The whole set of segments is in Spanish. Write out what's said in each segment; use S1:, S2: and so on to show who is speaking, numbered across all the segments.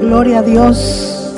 S1: Gloria a Dios.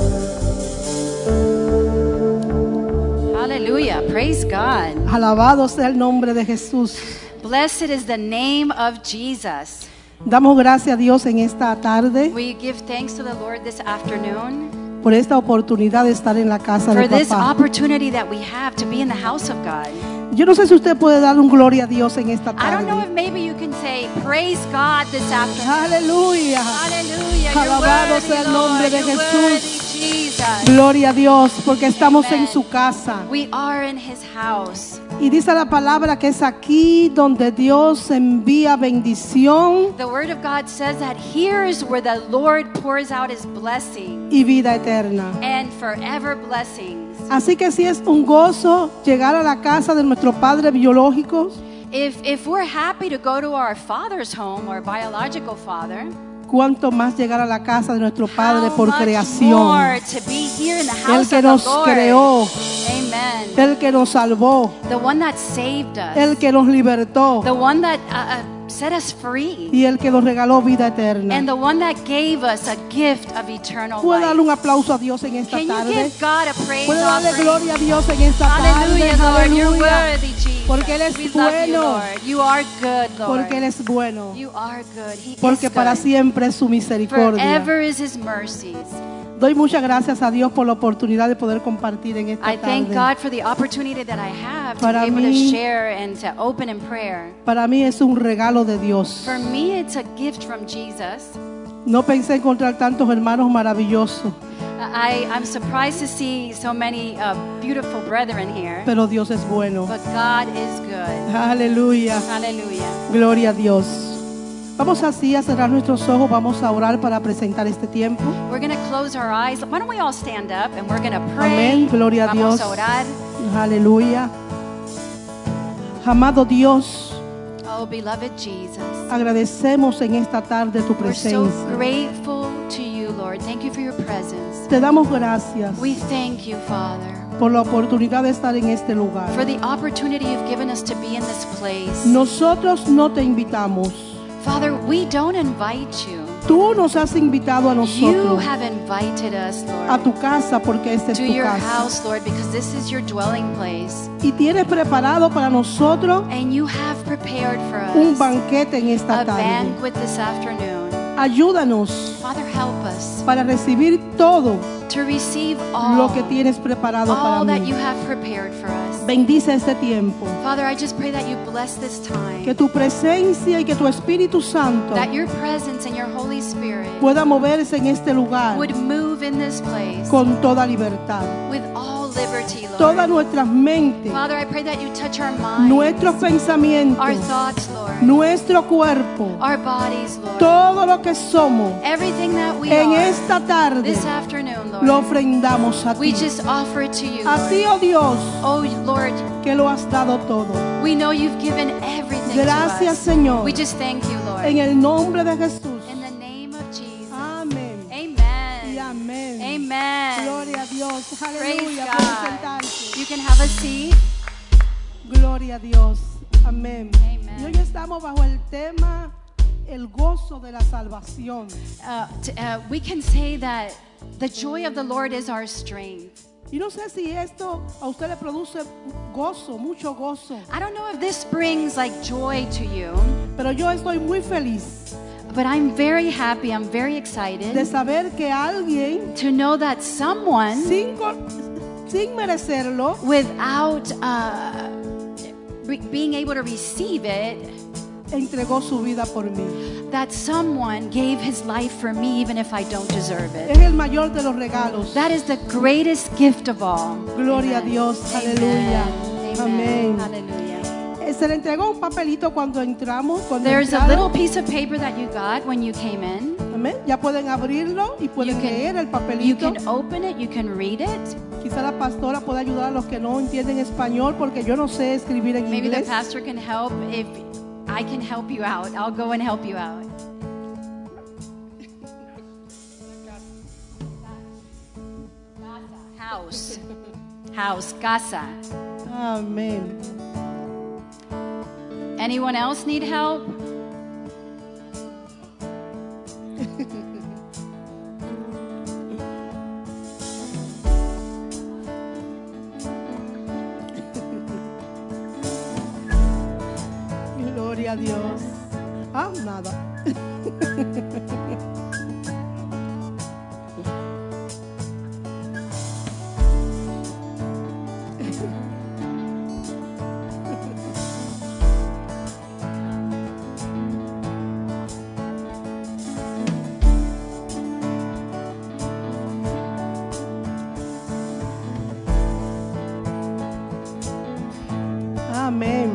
S2: Hallelujah. Praise God.
S1: Alabado sea el nombre de Jesús.
S2: Blessed is the name of Jesus.
S1: Damos gracias a Dios en esta tarde
S2: We give thanks to the Lord this afternoon
S1: por esta oportunidad de estar en la casa de
S2: for this
S1: papá.
S2: opportunity that we have to be in the house of God.
S1: Yo no sé si usted puede dar un gloria a Dios en esta
S2: I don't know if
S1: tarde.
S2: maybe you can say, Praise God this afternoon.
S1: Aleluya.
S2: Hallelujah. You're
S1: Alabado
S2: worthy,
S1: sea el
S2: Lord.
S1: nombre de
S2: You're
S1: Jesús.
S2: worthy, Jesus.
S1: Gloria a Dios porque estamos en
S2: Amen.
S1: su casa.
S2: We are in his house.
S1: Y dice la palabra que es aquí donde Dios envía bendición
S2: The word of God says that here is where the Lord pours out his blessing
S1: y vida eterna.
S2: and forever blessings.
S1: Así que si es un gozo llegar a la casa de nuestros padres biológicos,
S2: If, if we're happy to go to our father's home, our biological father,
S1: cuánto más llegar a la casa de nuestro Padre
S2: how
S1: por
S2: much
S1: creación,
S2: more to be here in the
S1: el
S2: house
S1: que
S2: of
S1: nos
S2: the Lord.
S1: creó,
S2: Amen.
S1: el que nos salvó,
S2: The one that saved us.
S1: el que nos libertó
S2: the one that uh, uh, set us free.
S1: y el que nos regaló vida
S2: And
S1: eterna.
S2: the one that gave us a gift of eternal
S1: ¿Puede darle un
S2: life.
S1: aplauso a Dios en esta
S2: Can you
S1: tarde?
S2: give God a praise
S1: ¿Puede darle
S2: offering?
S1: gloria a Dios en esta tarde?
S2: Hallelujah, Lord. You're
S1: Aleluya.
S2: worthy, Jesus.
S1: Porque Él es
S2: we love you,
S1: bueno.
S2: Lord. You are good, Lord.
S1: Porque Él es bueno,
S2: you are good. He
S1: porque
S2: is
S1: para
S2: good.
S1: siempre es su misericordia.
S2: Forever is his mercies.
S1: Doy muchas gracias a Dios por la oportunidad de poder compartir en esta
S2: I thank
S1: tarde.
S2: God for the opportunity that I have to
S1: Para
S2: be able
S1: mí-
S2: to share and to open in prayer.
S1: Para mí es un regalo de Dios.
S2: For me, it's a gift from Jesus.
S1: No pensé encontrar tantos hermanos maravillosos,
S2: I, I'm surprised to see so many uh, beautiful brethren here,
S1: pero Dios es bueno.
S2: but God is good.
S1: Aleluya.
S2: Hallelujah.
S1: Gloria a Dios. Vamos así a cerrar nuestros ojos, vamos a orar para presentar este tiempo.
S2: We're going to close our eyes. Why don't we all stand up and we're going to pray.
S1: Amén, gloria a
S2: Vamos
S1: Dios.
S2: a orar.
S1: Aleluya. Amado Dios,
S2: Oh, beloved Jesus.
S1: agradecemos en esta tarde tu
S2: We're so
S1: presencia.
S2: grateful to you, Lord. Thank you for your presence.
S1: Te damos gracias
S2: We thank you, Father,
S1: por la oportunidad de estar en este lugar.
S2: for the opportunity you've given us to be in this place.
S1: Nosotros no te invitamos.
S2: Father, we don't invite you.
S1: Tú nos has invitado a
S2: You
S1: nosotros,
S2: have invited us,
S1: a
S2: Lord,
S1: tu casa, porque esta es
S2: to
S1: tu
S2: your
S1: casa.
S2: house, Lord, because this is your dwelling place.
S1: y tienes preparado para nosotros
S2: And you have prepared for
S1: un
S2: us
S1: banquete en esta
S2: a
S1: tarde.
S2: banquet this afternoon.
S1: Ayúdanos
S2: Father, help us
S1: para recibir todo
S2: to receive
S1: lo que
S2: all,
S1: tienes preparado
S2: all
S1: para
S2: Oh. that you
S1: mí.
S2: have prepared for us.
S1: Bendice este tiempo.
S2: Father, I just pray that you bless this time.
S1: Que tu presencia y que tu Espíritu Santo
S2: that your presence and your Holy Spirit
S1: pueda moverse en este lugar
S2: would move in this place
S1: con toda libertad.
S2: with all liberty,
S1: Todas
S2: Lord.
S1: nuestras mentes,
S2: Father, I pray that you touch our minds,
S1: nuestros pensamientos,
S2: our thoughts, Lord,
S1: nuestro cuerpo,
S2: our bodies, Lord,
S1: todo lo que somos
S2: everything that we
S1: en
S2: are
S1: esta tarde
S2: this afternoon,
S1: lo
S2: Lord.
S1: ofrendamos a
S2: We
S1: ti.
S2: just offer it to you,
S1: A ti,
S2: Lord.
S1: oh Dios.
S2: Oh, Lord,
S1: que lo has dado todo.
S2: we know you've given everything to
S1: Gracias,
S2: us.
S1: Señor.
S2: We just thank you,
S1: En
S2: Lord.
S1: el nombre de Jesús.
S2: In the name of Jesus.
S1: Amén. Y
S2: Amen.
S1: amén.
S2: Amen.
S1: Gloria a Dios.
S2: Praise
S1: Aleluya. Puedes
S2: God.
S1: sentarse.
S2: You can have a seat.
S1: Gloria a Dios. Amén.
S2: Amen.
S1: Y hoy estamos bajo el tema el gozo de la salvación.
S2: Uh, t- uh, we can say that the joy of the Lord is our strength.
S1: Y no sé si esto a usted le produce gozo, mucho gozo,
S2: I don't know if this brings like joy to you,
S1: pero yo estoy muy feliz
S2: but I'm very happy. I'm very
S1: de
S2: excited
S1: saber que alguien
S2: to know that someone,
S1: sin, co- sin merecerlo
S2: without uh, re- being able to receive it,
S1: entregó su vida por mí.
S2: that someone gave his life for me, even if I don't deserve
S1: Es
S2: it.
S1: el mayor de los regalos.
S2: That is the greatest gift of all.
S1: Gloria a
S2: Amen.
S1: Dios.
S2: Amen.
S1: Aleluya.
S2: Amen.
S1: Amén.
S2: Hallelujah.
S1: Eh, Se le entregó un papelito cuando entramos. Cuando
S2: There's a
S1: entraron.
S2: little piece of paper that you got when you came in.
S1: Amén. Ya pueden abrirlo y pueden
S2: You can-
S1: leer el
S2: You
S1: papelito.
S2: can open it, you can read it.
S1: Quizá la pastora pueda ayudar a los que no entienden español porque yo no sé escribir en
S2: Maybe the
S1: inglés.
S2: pastor can help. If I can help you out, I'll go and help you out. House. House, casa.
S1: Amén.
S2: Anyone else need help?
S1: Gloria a Dios. Ah, nada. Amén.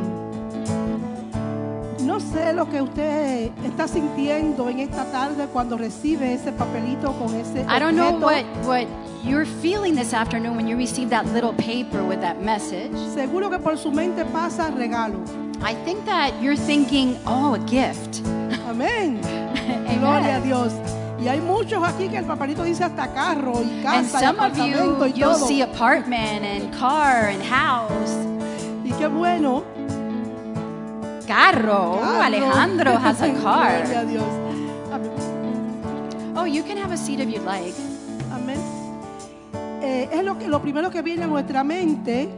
S1: No sé lo que usted está sintiendo en esta tarde cuando recibe ese papelito con ese
S2: I don't know
S1: objeto.
S2: what, what you're feeling this afternoon when you receive that little paper with that message.
S1: Seguro que por su mente pasa regalo.
S2: I think that you're thinking, oh, a gift.
S1: Amén.
S2: Amen.
S1: Gloria a Dios. Y hay muchos aquí que el papelito dice hasta carro y
S2: And
S1: casa y
S2: some of
S1: apartamento
S2: you,
S1: y
S2: you'll
S1: todo.
S2: see apartment and car and house.
S1: Y qué bueno.
S2: Carro.
S1: Carro.
S2: Ooh, Oh,
S1: Oh
S2: Alejandro has a
S1: Gloria
S2: car.
S1: a Dios. Amén.
S2: Oh, you can have a seat if you'd like.
S1: Amén. Eh, es lo que lo primero que viene a nuestra mente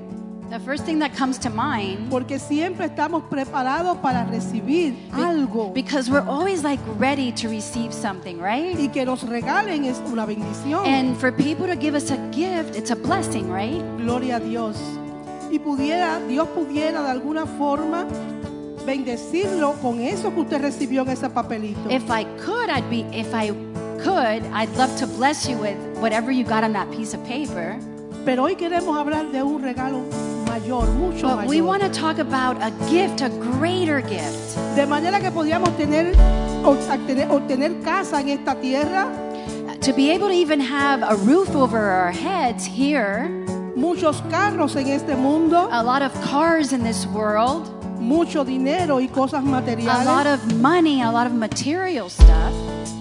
S2: The first thing that comes to mind,
S1: porque siempre estamos preparados para recibir algo
S2: because we're always like ready to receive something, right?
S1: y que nos regalen es una bendición.
S2: And for people to give us a gift, it's a blessing, right?
S1: Gloria a Dios. Y pudiera, Dios pudiera de alguna forma bendecirlo con eso que usted recibió en ese papelito.
S2: If I could, I'd be, if I could, I'd love to bless you with whatever you got on that piece of paper.
S1: Pero hoy queremos hablar de un regalo mayor, mucho
S2: But we
S1: mayor.
S2: want to talk about a gift, a greater gift.
S1: De manera que podíamos tener, obtener, obtener casa en esta tierra
S2: To be able to even have a roof over our heads here,
S1: muchos carros en este mundo,
S2: a lot of cars in this world,
S1: mucho dinero y cosas
S2: a lot
S1: materiales,
S2: of money, a lot of material stuff,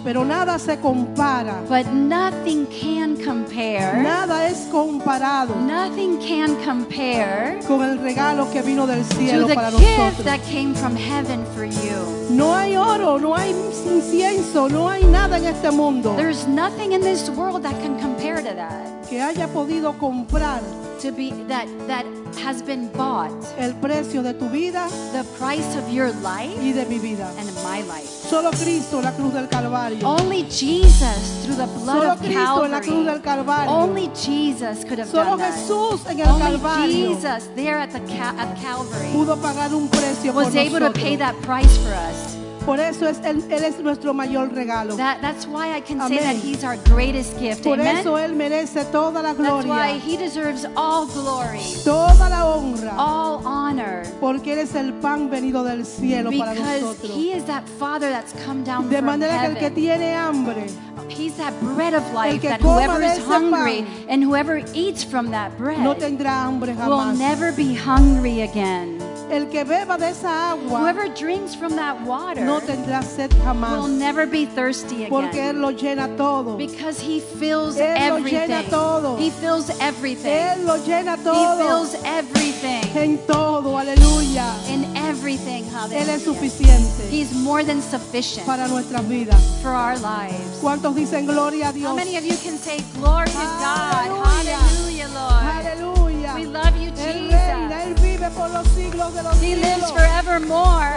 S1: pero nada se compara,
S2: but nothing can compare.
S1: nada es comparado
S2: Nothing can compare
S1: con el regalo que vino del
S2: to
S1: cielo
S2: the
S1: para
S2: gift
S1: nosotros.
S2: that came from heaven for you.
S1: No hay oro, no hay incienso, no hay nada en este mundo
S2: There's nothing in this world that can compare to that.
S1: que haya podido comprar
S2: To be that that has been bought,
S1: el precio de tu vida
S2: the price of your life
S1: y de mi vida.
S2: and my life.
S1: Solo Cristo en la cruz del Calvario.
S2: Only Jesus through the
S1: Solo
S2: blood of
S1: Cristo en la cruz del
S2: Calvary.
S1: Calvario.
S2: Only Jesus could have
S1: Solo
S2: done that.
S1: Jesús en el
S2: Only
S1: Calvario
S2: Jesus there at the Cal- at Calvary
S1: pudo pagar un precio por
S2: was able to pay
S1: nosotros.
S2: that price for us.
S1: Por eso es él, Él es nuestro mayor regalo.
S2: That that's why I can say that
S1: Amén.
S2: He's our greatest gift.
S1: Por
S2: Amen.
S1: eso Él merece toda la
S2: That's why
S1: gloria,
S2: He deserves all glory,
S1: toda la honra,
S2: all honor.
S1: porque Él es el pan venido del cielo para
S2: Because
S1: nosotros.
S2: he is that Father that's come down
S1: De
S2: from
S1: manera que el que
S2: heaven.
S1: tiene hambre,
S2: He's that bread of life
S1: que
S2: that
S1: coma
S2: whoever
S1: de
S2: is
S1: ese
S2: hungry
S1: pan
S2: and whoever eats from that bread
S1: no tendrá hambre
S2: will
S1: jamás.
S2: never be hungry again.
S1: El que beba de esa agua,
S2: Whoever drinks from that water
S1: no tendrá sed
S2: will
S1: jamás,
S2: never be thirsty
S1: porque
S2: again.
S1: Él lo llena todo.
S2: Because he fills
S1: Él lo llena
S2: everything.
S1: todo.
S2: He fills everything.
S1: Él lo llena
S2: He
S1: todo.
S2: fills everything.
S1: En todo, aleluya.
S2: In everything,
S1: Él es
S2: hallelujah.
S1: suficiente
S2: He's more than sufficient
S1: para nuestras vidas.
S2: for our lives.
S1: ¿Cuántos dicen gloria a Dios?
S2: How many of you can say glory to God?
S1: Hallelujah.
S2: Hallelujah, Lord.
S1: Aleluya.
S2: We love you,
S1: Él reina,
S2: Jesus.
S1: Él vive por los siglos de los
S2: He lives
S1: siglos.
S2: forevermore.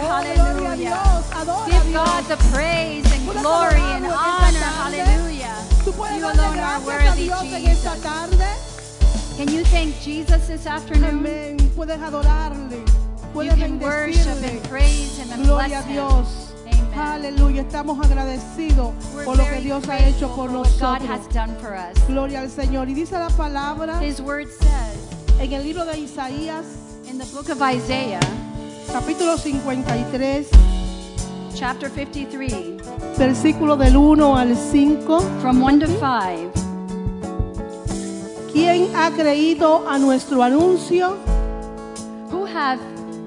S1: Oh, gloria a
S2: Hallelujah.
S1: Dios, adora a
S2: Give
S1: Dios.
S2: God the praise and
S1: Puedes
S2: glory
S1: alabarlo en
S2: and honor.
S1: esta tarde.
S2: Hallelujah.
S1: Tú puedes
S2: You
S1: darle
S2: alone are
S1: gracias a
S2: worthy,
S1: Dios en esta
S2: Jesus.
S1: tarde.
S2: Can you thank Jesus this afternoon?
S1: Amén. Puedes adorarle.
S2: You
S1: Puedes
S2: can worship
S1: bendecirle.
S2: and praise Him and
S1: Gloria a
S2: bless Him.
S1: Dios.
S2: Amen.
S1: Aleluya. Estamos agradecidos
S2: We're
S1: por lo que
S2: very
S1: Dios ha
S2: grateful
S1: hecho por
S2: for what God has
S1: nosotros.
S2: done for us.
S1: Gloria al Señor. Y dice la palabra
S2: His word says
S1: en el libro de Isaías,
S2: in the book of Isaiah,
S1: capítulo 53,
S2: chapter 53,
S1: versículo del 1 al 5.
S2: from 1 to 5.
S1: ¿Quién ha creído a nuestro anuncio?
S2: Who have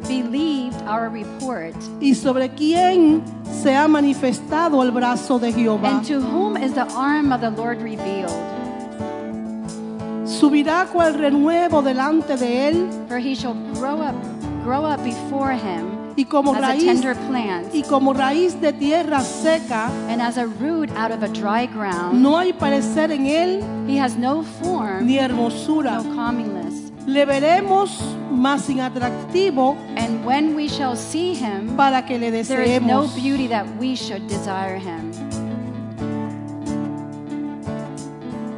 S2: believed our report?
S1: ¿Y sobre quién se ha manifestado el brazo de Jehová?
S2: And to whom is the arm of the Lord revealed?
S1: Subirá cual renuevo delante de él
S2: For he shall grow up, grow up before him
S1: y como
S2: as a
S1: raíz
S2: tender plant,
S1: y como raíz de tierra seca.
S2: and as a root out of a dry ground.
S1: No hay parecer en él
S2: He has no form,
S1: ni
S2: no
S1: hermosura.
S2: comeliness.
S1: Le veremos, más sin atractivo
S2: And when we shall see him,
S1: para que le
S2: there is no
S1: deseemos.
S2: beauty that we should desire him. He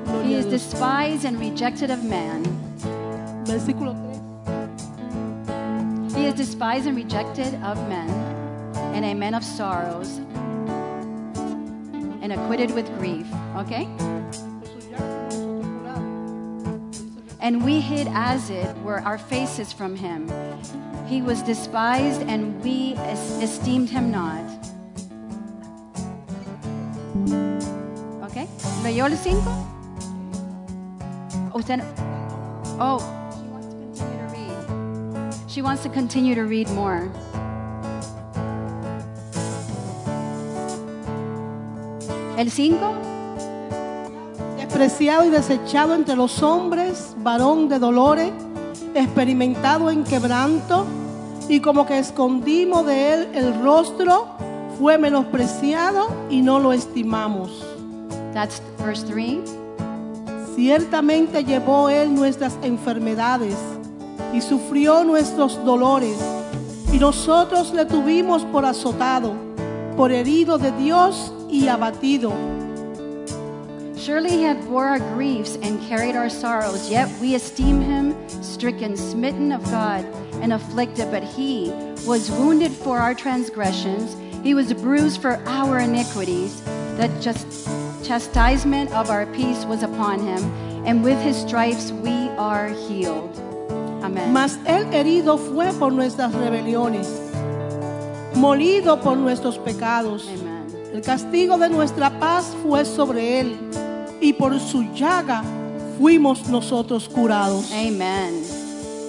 S1: Gloria a
S2: is
S1: Dios.
S2: despised and rejected of man.
S1: Versículo 3.
S2: He is despised and rejected of men, and a man of sorrows, and acquitted with grief. Okay? And we hid as it were our faces from him. He was despised, and we es- esteemed him not. Okay? ¿Leyó los cinco? Usted. Oh, she wants to continue to read. She wants to continue to read more. El cinco.
S1: Despreciado y desechado entre los hombres, varón de dolores, experimentado en quebranto, y como que escondimos de él el rostro, fue menospreciado y no lo estimamos.
S2: That's verse 3.
S1: Ciertamente llevó él nuestras enfermedades y sufrió nuestros dolores, y nosotros le tuvimos por azotado, por herido de Dios y abatido.
S2: Surely he hath bore our griefs and carried our sorrows, yet we esteem him stricken, smitten of God, and afflicted. But he was wounded for our transgressions, he was bruised for our iniquities. The just chastisement of our peace was upon him, and with his stripes we are healed. Amen.
S1: Mas el herido fue por nuestras rebeliones, molido por nuestros pecados.
S2: Amen.
S1: El castigo de nuestra paz fue sobre él, y por su llaga fuimos nosotros curados.
S2: Amen.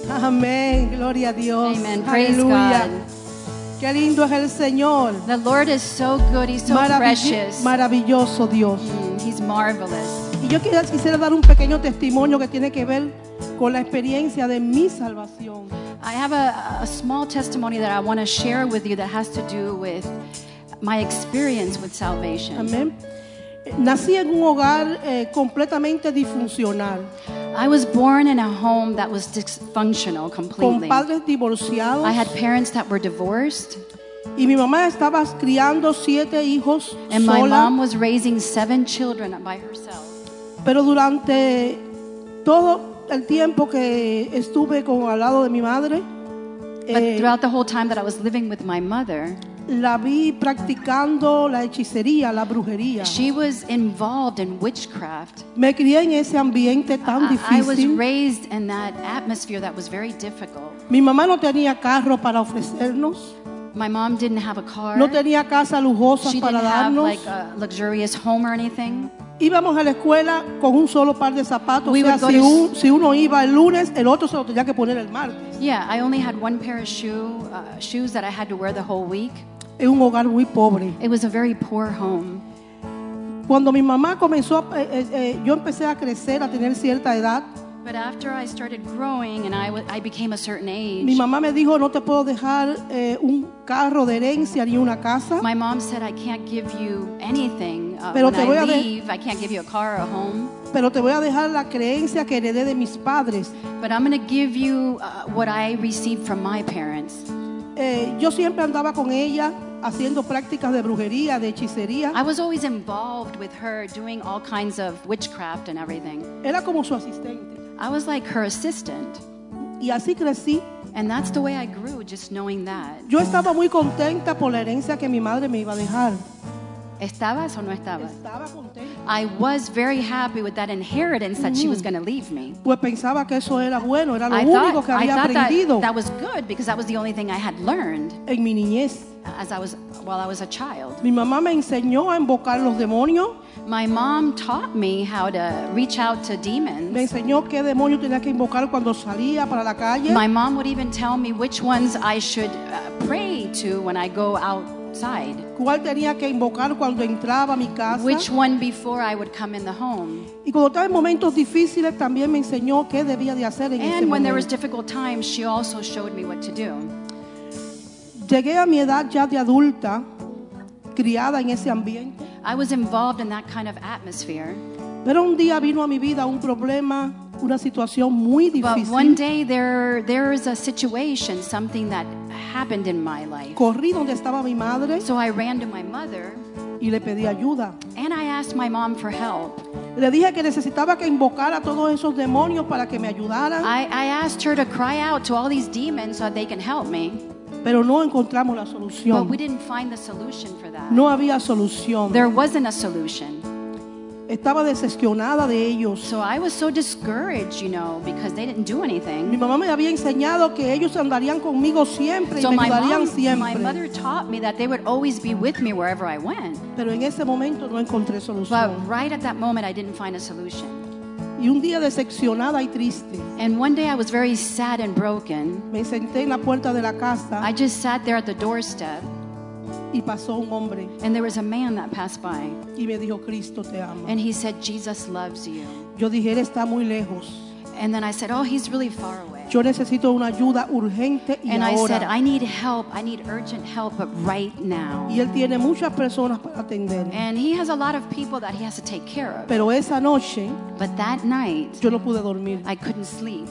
S1: Amén, gloria a Dios.
S2: Amen. Praise
S1: Aleluya.
S2: God.
S1: Qué lindo es el Señor.
S2: The Lord is so good, he's so
S1: Maravilli-
S2: precious.
S1: Maravilloso Dios.
S2: Mm, he's marvelous.
S1: Y yo quisiera, quisiera dar un pequeño testimonio que tiene que ver con la experiencia de mi salvación.
S2: I have a, a small testimony that I want to share with you that has to do with my experience with salvation.
S1: Amén. Eh, Nací en un hogar eh, completamente disfuncional,
S2: I was born in a home that was dysfunctional
S1: con
S2: completely.
S1: padres divorciados
S2: I had parents that were divorced,
S1: y mi mamá estaba criando siete hijos
S2: and my
S1: sola,
S2: mom was raising seven children by herself.
S1: pero durante todo el tiempo que estuve con al lado de mi madre,
S2: But
S1: eh,
S2: throughout the whole time that I was living with my mother,
S1: la vi practicando la hechicería, la brujería.
S2: she was involved in witchcraft.
S1: Me crié en ese ambiente tan
S2: I, I was
S1: difícil.
S2: raised in that atmosphere that was very difficult.
S1: Mi mamá no tenía carro para ofrecernos,
S2: My mom didn't have a car.
S1: no tenía casa lujosa
S2: She
S1: para
S2: didn't have
S1: darnos.
S2: like a luxurious home or anything.
S1: Íbamos a la escuela con un solo par de zapatos.
S2: We
S1: o sea,
S2: would go
S1: si,
S2: to-
S1: un- si uno iba el lunes, el otro se lo tenía que poner el martes.
S2: Yeah, I only had one pair of shoe, uh, shoes that I had to wear the whole week.
S1: Es un hogar muy pobre.
S2: It was a very poor home.
S1: Cuando mi mamá comenzó, a- eh, eh, eh, yo empecé a crecer, a tener cierta edad.
S2: But after I started growing and I, w- I became a certain
S1: Mi
S2: age,
S1: mamá me dijo, no te puedo dejar eh, un carro de herencia ni una casa,
S2: my mom said, I can't give you anything. Uh,
S1: Pero
S2: when
S1: te voy
S2: I
S1: a de-
S2: leave, I can't give you a car or a home.
S1: pero te voy a dejar la creencia que heredé de mis padres.
S2: But I'm going to give you uh, what I received from my parents.
S1: Eh, yo siempre andaba con ella haciendo prácticas de brujería, de hechicería.
S2: I was always involved with her doing all kinds of witchcraft and everything.
S1: Era como su asistente.
S2: I was like her assistant.
S1: Y así crecí.
S2: And that's the way I grew, just knowing that.
S1: Yo estaba muy contenta por la herencia que mi madre me iba a dejar.
S2: ¿Estabas o no estabas?
S1: Estaba contenta.
S2: I was very happy with that inheritance that she was going to leave me.
S1: Pues pensaba que eso era bueno, era Mm. lo
S2: I
S1: único
S2: thought,
S1: que
S2: I
S1: había
S2: thought that,
S1: aprendido
S2: that was good because that was the only thing I had learned
S1: en mi niñez.
S2: as I was while I was a child.
S1: Mi mamá me enseñó a invocar los demonios,
S2: My mom taught me how to reach out to
S1: me
S2: demons.
S1: enseñó qué demonios tenía que invocar cuando salía para la calle.
S2: My mom would even tell me which ones I should uh, pray to when I go outside,
S1: cuál tenía que invocar cuando entraba a mi casa.
S2: which one before I would come Uh-huh. in the home.
S1: y cuando estaba en momentos difíciles también me enseñó qué debía de hacer en ese
S2: And when there was
S1: momento.
S2: difficult times, she also showed me what to do.
S1: Llegué a mi edad ya de adulta, criada en ese ambiente,
S2: I was involved in that kind of atmosphere.
S1: pero un día vino a mi vida un problema una situación muy
S2: But
S1: difícil.
S2: one day there there is a situation, something that happened in my life.
S1: Corrí donde estaba mi madre
S2: So I ran to my mother
S1: y le pedí ayuda.
S2: and I asked my mom for help.
S1: Le dije que necesitaba que invocara a todos esos demonios para que me ayudaran,
S2: I, I asked her to cry out to all these demons so that they can help me.
S1: pero no encontramos la
S2: But we
S1: solución.
S2: didn't find the solution for that.
S1: No había solución.
S2: There wasn't a solution.
S1: Estaba decepcionada de ellos.
S2: So I was so discouraged, you know, because they didn't do
S1: Mi
S2: anything.
S1: mamá me había enseñado que ellos andarían conmigo siempre y
S2: So
S1: me
S2: my
S1: ayudarían
S2: mom, my
S1: siempre.
S2: mother taught me that they would always be with me wherever I went.
S1: Pero en ese momento no encontré
S2: But
S1: solución.
S2: right at that moment, I didn't find a solution.
S1: Y un día decepcionada y triste,
S2: And one day I was very sad and broken.
S1: me senté en la puerta de la casa
S2: I just sat there at the doorstep,
S1: y pasó un hombre
S2: and there was a man that passed by.
S1: y me dijo, Cristo te ama.
S2: And he said, Jesus loves you.
S1: Yo dije, Él está muy lejos.
S2: And then I said, Oh, he's really far away.
S1: Yo necesito una ayuda urgente y
S2: And I said,
S1: ahora.
S2: I need help. I need urgent help, but right now.
S1: Y Él tiene muchas personas para atender.
S2: And he has a lot of people that he has to take care of.
S1: Pero esa noche
S2: But that night,
S1: yo no pude dormir.
S2: I couldn't sleep.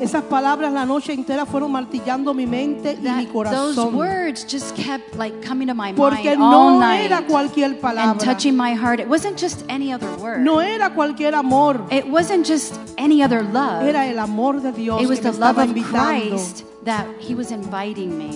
S1: Esas palabras la noche entera fueron martillando mi mente y mi
S2: That- those
S1: corazón.
S2: words just kept like coming to my
S1: Porque
S2: mind all
S1: no
S2: night
S1: era cualquier
S2: and
S1: palabra.
S2: touching my heart. It wasn't just any other word.
S1: No era cualquier amor.
S2: It wasn't just any other love.
S1: Era el amor de Dios
S2: it was
S1: que me
S2: the love
S1: estaba
S2: of
S1: invitando.
S2: Christ that he was inviting me.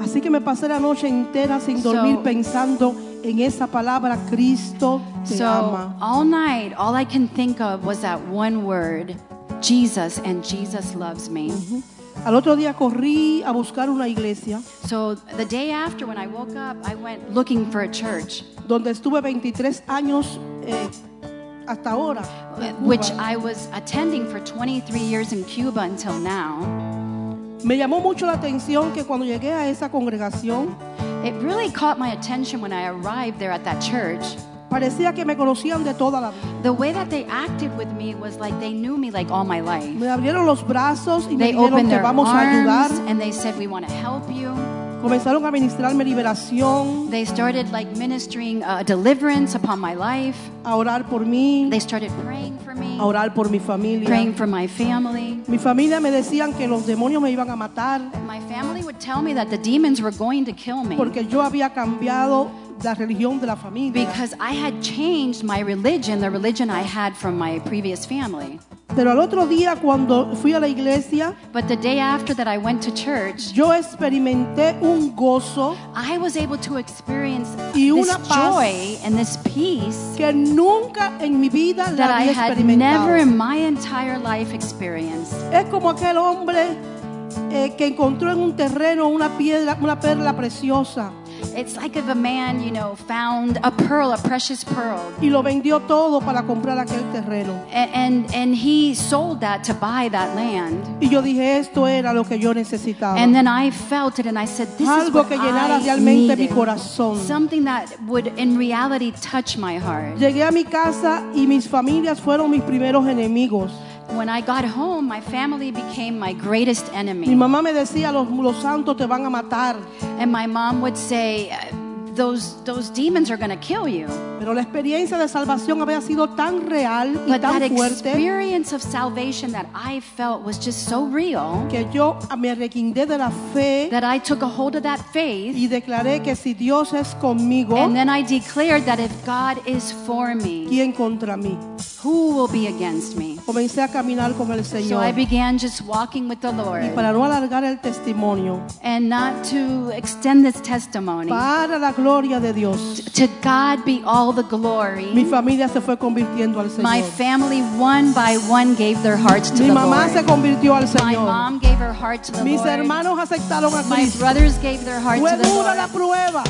S1: Así que me pasé la noche entera sin
S2: So-
S1: dormir pensando en esa palabra Cristo te
S2: So
S1: ama.
S2: all night, all I can think of was that one word, Jesus, and Jesus loves me.
S1: Mm-hmm. Al otro día corrí a buscar una iglesia
S2: So the day after, when I woke up, I went looking for a church,
S1: donde estuve 23 años eh, hasta ahora. en Cuba.
S2: which I was attending for 23 years in Cuba until now.
S1: Me llamó mucho la atención que cuando llegué a esa congregación
S2: It really caught my attention when I arrived there at that church.
S1: parecía que me conocían de toda la vida.
S2: The way that they acted with me was like they knew me like all my life.
S1: Me abrieron los brazos y me
S2: They
S1: dijeron
S2: opened
S1: que
S2: their
S1: vamos a ayudar.
S2: arms and they said, We want to help you.
S1: Comenzaron a ministrarme liberación,
S2: They started like ministering uh, deliverance upon my life.
S1: a orar por mí,
S2: They started praying for me,
S1: a orar por mi familia.
S2: praying for my family.
S1: Mi familia me decían que los demonios me iban a matar
S2: My family would tell me that the demons were going to kill me
S1: porque yo había cambiado la religión de la familia.
S2: because I had changed my religion, the religion I had from my previous family.
S1: Pero al otro día cuando fui a la iglesia,
S2: But the day after that I went to church,
S1: yo experimenté un gozo
S2: I was able to experience
S1: Y
S2: this
S1: una paz
S2: joy and this peace
S1: que nunca en mi vida
S2: that
S1: la
S2: I
S1: había
S2: had never
S1: experimentado.
S2: in my entire life experienced.
S1: Es como aquel hombre eh, que encontró en un terreno una piedra, una perla preciosa
S2: It's like if a man, you know, found a pearl, a precious pearl,
S1: y lo vendió todo para comprar aquel terreno.
S2: a- and and he sold that to buy that land.
S1: Y yo dije, esto era lo que yo necesitaba.
S2: And then I felt it, and I said, "This is
S1: Ah. Algo
S2: what
S1: que llenara
S2: I
S1: realmente mi
S2: needed.
S1: corazón.
S2: Something that would, in reality, touch my heart."
S1: Llegué a mi casa y mis familias fueron mis primeros enemigos.
S2: When I got home, my family became my greatest
S1: Mi
S2: enemy,
S1: mamá me decía, los, los santos te van a matar.
S2: and my mom would say, "Uh, "Those those demons are going to kill you."
S1: Pero la experiencia de salvación había sido tan real y
S2: But that
S1: tan fuerte
S2: experience of salvation that I felt was just so real.
S1: que yo me requindé de la fe
S2: that I took a hold of that faith
S1: y declaré que si Dios es conmigo,
S2: and then I declared that if God is for me,
S1: ¿quién contra mí?
S2: who will be against me?
S1: Comencé a caminar con el
S2: So I
S1: Señor.
S2: began just walking with the
S1: Y
S2: Lord
S1: para no alargar el testimonio,
S2: and not to extend this testimony.
S1: para la gloria de Dios,
S2: To God be all the
S1: mi
S2: glory.
S1: familia se fue convirtiendo al Señor.
S2: My family, one by one, gave their hearts to
S1: Mi
S2: the
S1: mamá se
S2: Lord.
S1: convirtió al
S2: My
S1: Señor.
S2: mom gave her heart to the
S1: Mis
S2: Lord.
S1: hermanos aceptaron a
S2: My
S1: Cristo.
S2: brothers gave their heart
S1: Fue
S2: to the
S1: dura la
S2: Lord.
S1: prueba,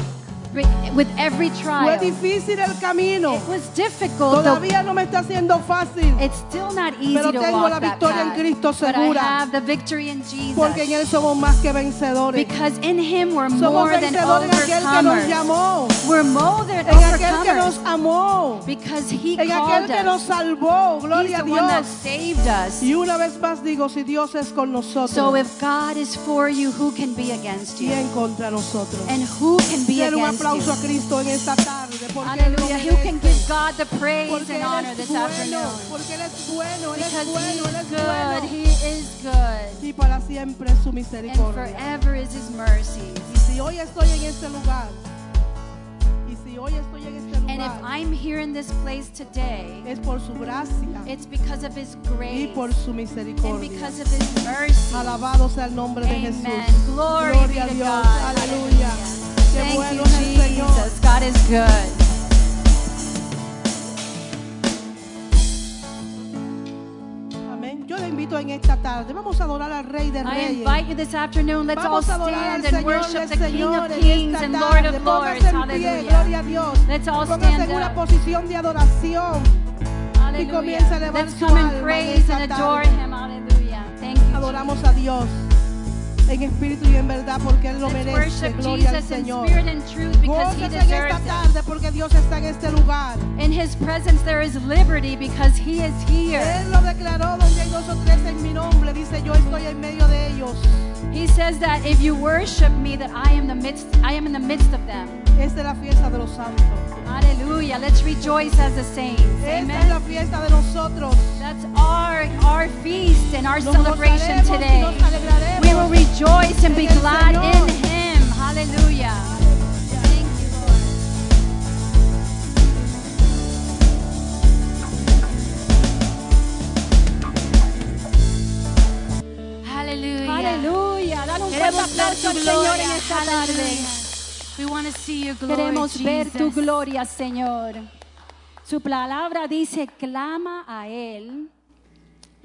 S2: With- With every
S1: fue
S2: trial, it
S1: difícil el camino.
S2: was difficult. though
S1: Todavía no me está siendo fácil,
S2: It's still not easy
S1: Pero
S2: to
S1: tengo
S2: walk
S1: la
S2: that
S1: victoria en
S2: path,
S1: Cristo
S2: but I
S1: segura.
S2: have the victory in Jesus.
S1: porque en Él somos más que vencedores.
S2: because in Him we're
S1: Somos
S2: more than
S1: vencedores en aquel que nos
S2: overcomers.
S1: llamó,
S2: We're more than
S1: en aquel que
S2: overcomers.
S1: nos nos amó,
S2: because he
S1: en aquel
S2: called
S1: que nos
S2: us.
S1: salvó,
S2: He's
S1: gloria a
S2: the one that
S1: Dios.
S2: saved us.
S1: Y una vez más digo, si Dios es con
S2: So
S1: nosotros,
S2: if God is for you, who can be against you?
S1: ¿quién contra nosotros?
S2: And who can be
S1: Dale un
S2: against
S1: aplauso a
S2: you?
S1: Cristo en esta tarde, porque Él lo
S2: Hallelujah. Who
S1: merece.
S2: can give God the praise
S1: Porque
S2: and
S1: Él
S2: honor
S1: es
S2: this
S1: bueno,
S2: afternoon?
S1: porque Él es bueno, Él es
S2: Because He
S1: bueno, Él
S2: is
S1: es
S2: good.
S1: bueno.
S2: He is good.
S1: Y para siempre es su
S2: And
S1: misericordia.
S2: forever is His mercy.
S1: Y si hoy estoy en este lugar, y si hoy estoy en este
S2: And if
S1: lugar,
S2: I'm here in this place today,
S1: es por su gracia
S2: it's because of His
S1: y
S2: grace
S1: por su
S2: and
S1: misericordia.
S2: because of His mercy.
S1: Alabado sea el nombre de Jesús.
S2: Amen. Glory be
S1: Gloria a
S2: to
S1: Dios.
S2: God.
S1: Aleluya. Qué
S2: Thank
S1: bueno
S2: you,
S1: es el Señor.
S2: Jesus. God is good.
S1: Amén. Yo le invito en esta tarde. Vamos a adorar al Rey de
S2: I
S1: Reyes.
S2: invite you this afternoon. Let's all
S1: Vamos a adorar al
S2: stand and
S1: Señor
S2: worship
S1: del
S2: the King
S1: Señor
S2: of
S1: en
S2: Kings
S1: esta
S2: and Lord
S1: tarde.
S2: of Lords.
S1: Póngase en pie,
S2: Hallelujah.
S1: gloria a Dios.
S2: Let's all
S1: Póngase en
S2: stand
S1: una
S2: up.
S1: posición de adoración.
S2: Hallelujah.
S1: comienza a elevar
S2: Let's
S1: su
S2: come
S1: alma en
S2: and praise
S1: esta
S2: and
S1: tarde.
S2: adore Him. Hallelujah. Thank you.
S1: Adoramos a Dios en espíritu y en verdad porque Él lo
S2: Jesus. Let's
S1: merece.
S2: worship
S1: Gloria al
S2: Jesus in
S1: Señor.
S2: spirit and truth because He
S1: Gócese en esta
S2: deserves it.
S1: tarde porque Dios está en este lugar.
S2: In His presence there is liberty because He is here.
S1: Él lo declaró donde hay dos o tres en mi nombre. Dice, yo estoy en medio de ellos.
S2: He says that if you worship Me, that I am the midst. I am in the midst of them.
S1: Esta es la fiesta de los santos.
S2: Hallelujah. Let's rejoice as the saints.
S1: Esta es
S2: Amen.
S1: la fiesta de nosotros.
S2: That's our our feast and our
S1: Nos
S2: celebration
S1: gozaremos y
S2: today.
S1: nos alegraremos.
S2: We will rejoice and be
S1: en el
S2: glad
S1: Señor.
S2: in Him. Hallelujah. Thank you, Lord.
S3: Hallelujah.
S2: Aleluya. Dale un fuerte
S3: Queremos ver
S2: aplauso
S3: tu
S2: al Señor
S3: gloria.
S2: en esta tarde.
S3: Hallelujah. We want to see your glory,
S2: Queremos ver tu
S3: Jesus.
S2: gloria, Señor. Su palabra dice, clama a Él.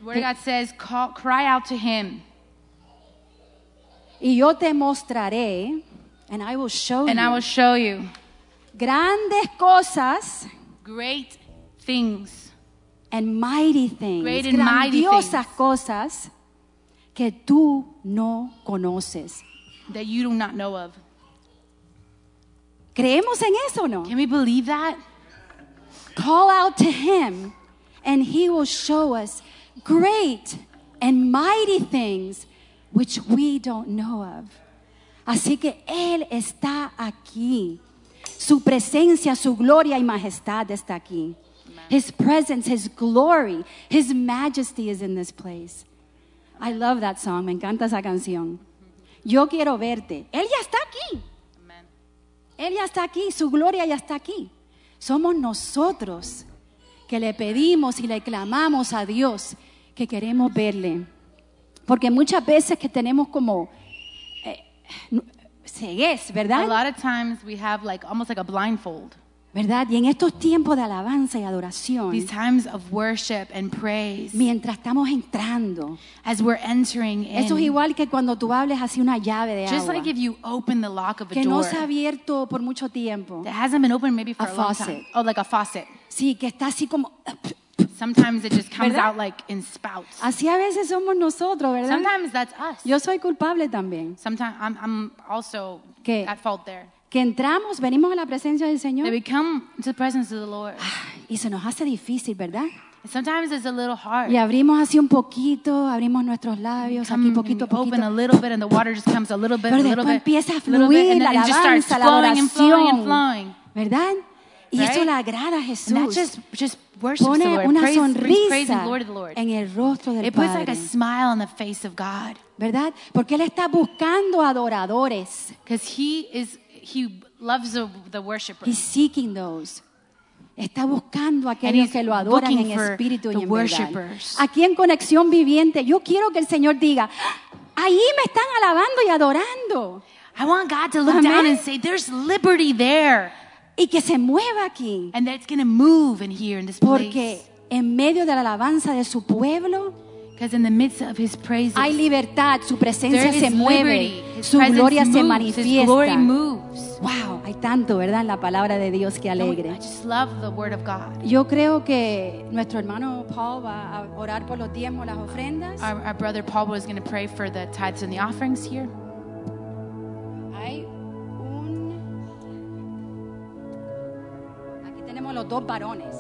S3: Word of God says, call, cry out to him,
S2: Y yo te mostraré, and I will show
S3: and I
S2: you
S3: will show you
S2: grandes cosas
S3: great things,
S2: and mighty things,
S3: Great and mighty
S2: grandiosas
S3: things.
S2: cosas que tú no conoces.
S3: that you do not know of.
S2: ¿Creemos en eso o no?
S3: Can we believe that?
S2: Call out to him and he will show us great and mighty things which we don't know of. Así que él está aquí. Su presencia, su gloria y majestad está aquí. His presence, his glory, his majesty is in this place. I love that song. Me encanta esa canción. Yo quiero verte. Él ya está aquí.
S3: Amen.
S2: Él ya está aquí, su gloria ya está aquí. Somos nosotros que le pedimos y le clamamos a Dios que queremos verle. Porque muchas veces que tenemos como eh, no- ceguez,
S3: A
S2: ¿verdad?
S3: lot of times we have like almost like a blindfold.
S2: ¿Verdad? Y en estos tiempos de alabanza y adoración,
S3: These times of worship and praise,
S2: mientras estamos entrando,
S3: as we're entering
S2: eso es
S3: in,
S2: igual que cuando tú hables así una llave de
S3: just
S2: agua
S3: like if you open the lock of a
S2: que no
S3: door
S2: se ha abierto por mucho tiempo.
S3: that hasn't been opened maybe for
S2: A
S3: a, long
S2: faucet.
S3: time. Oh, like a faucet.
S2: Sí, que está así como
S3: Sometimes it just comes
S2: ¿Verdad?
S3: out like in spouts.
S2: así a veces somos nosotros, ¿verdad?
S3: Sometimes that's us.
S2: Yo soy culpable también.
S3: Sometimes I'm, I'm also
S2: ¿Qué?
S3: at fault there.
S2: Que entramos, venimos a la presencia del
S3: That
S2: Señor
S3: we come to the presence of the Lord.
S2: y se nos hace difícil, ¿verdad?
S3: And sometimes it's a little hard.
S2: Y abrimos así un poquito, abrimos nuestros labios, aquí
S3: Come
S2: poquito a
S3: and you open a
S2: poquito.
S3: little bit, and the water just comes a little bit,
S2: Pero
S3: a little
S2: después
S3: bit,
S2: empieza a
S3: little bit,
S2: fluir
S3: and
S2: la
S3: then it just starts
S2: alabanza, la
S3: flowing and flowing and
S2: adoración,
S3: flowing.
S2: ¿verdad? Y
S3: Right?
S2: eso le agrada a
S3: And that
S2: Jesús.
S3: just just worships the
S2: Pone
S3: Lord,
S2: una
S3: praise, brings praise and
S2: sonrisa
S3: glory to the Lord.
S2: en el rostro del
S3: It puts like
S2: Padre,
S3: a smile on the face of God
S2: ¿verdad? Porque Él está buscando adoradores.
S3: because He is He loves the, the worshiper.
S2: He's seeking those. Está buscando a
S3: And
S2: aquellos
S3: he's
S2: que lo adoran en
S3: looking for
S2: espíritu y
S3: the
S2: en verdad.
S3: worshipers.
S2: Aquí en Conexión Viviente, yo quiero que el Señor diga, "Ah, ahí me están alabando y adorando.
S3: I want God to look
S2: Amén.
S3: down and say, "There's liberty there,"
S2: Y que se mueva aquí.
S3: and that's going to move in here in this
S2: Porque
S3: place.
S2: en medio de la alabanza de su pueblo
S3: Because in the midst of His praises,
S2: hay libertad, su presencia
S3: there
S2: se
S3: is liberty.
S2: mueve,
S3: His
S2: su
S3: presence
S2: gloria se
S3: moves. His glory
S2: manifiesta.
S3: moves.
S2: Wow, hay tanto, ¿verdad? En la palabra de Dios que
S3: Don't we-
S2: alegre.
S3: I just love the Word of God.
S2: Yo creo que nuestro hermano Paul va a orar por los diezmos, las ofrendas.
S3: Our, our brother Paul was going to pray for the tithes and the offerings here.
S2: Hay un. Aquí tenemos los dos varones.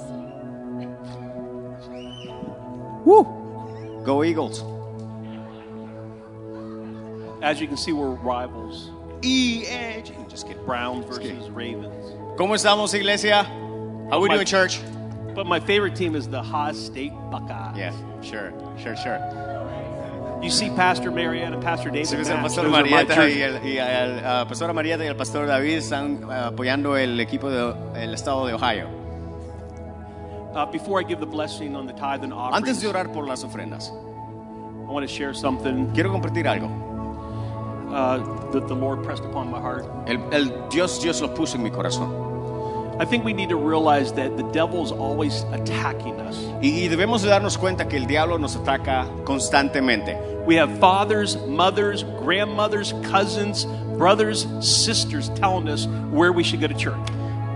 S1: Woo.
S4: Go Eagles.
S5: As you can see, we're rivals.
S4: E Edge. Just kidding.
S5: Browns
S4: Just kidding.
S5: versus Ravens.
S4: ¿Cómo estamos, iglesia? How we doing, church?
S5: But my favorite team is the Haas State Buckeyes.
S4: Yeah, sure, sure, sure.
S5: You see Pastor Marietta, Pastor David.
S4: Si ves al
S5: Nash,
S4: pastor
S5: those are my
S4: Marietta
S5: jerseys.
S4: y, al, y al, ah, pastora Marietta y al pastor David están ah, apoyando el equipo del estado de Ohio.
S5: Uh, before I give the blessing on the tithe and offering,
S4: Antes de orar por las ofrendas,
S5: I want to share something
S4: quiero compartir algo.
S5: uh, that the Lord pressed upon my heart.
S4: El, el Dios, Dios lo puso en mi corazón.
S5: I think we need to realize that the devil's always attacking us.
S4: Y, y debemos de darnos cuenta que el diablo nos ataca constantemente.
S5: We have fathers, mothers, grandmothers, cousins, brothers, sisters telling us where we should go to church.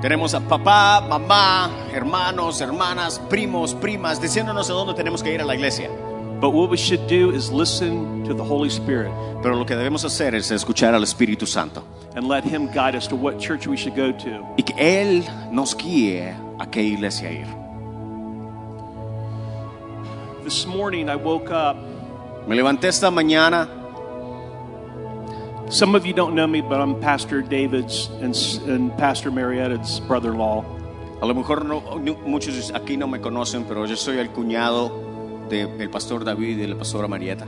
S4: Tenemos a papá, mamá, hermanos, hermanas, primos, primas, diciéndonos a dónde tenemos que ir a la iglesia.
S5: But what we should do is listen to the Holy Spirit
S4: Pero lo que debemos hacer es escuchar al Espíritu Santo
S5: and let Him guide us to what church we should go to.
S4: y que Él nos guíe a qué iglesia ir.
S5: This morning I woke up.
S4: Me levanté esta mañana.
S5: Some of you don't know me, but I'm Pastor David's and, and Pastor Marietta's brother in law.
S4: A lo mejor no- no- muchos aquí no me conocen, pero yo soy el cuñado del pastor David y de la pastora Marieta.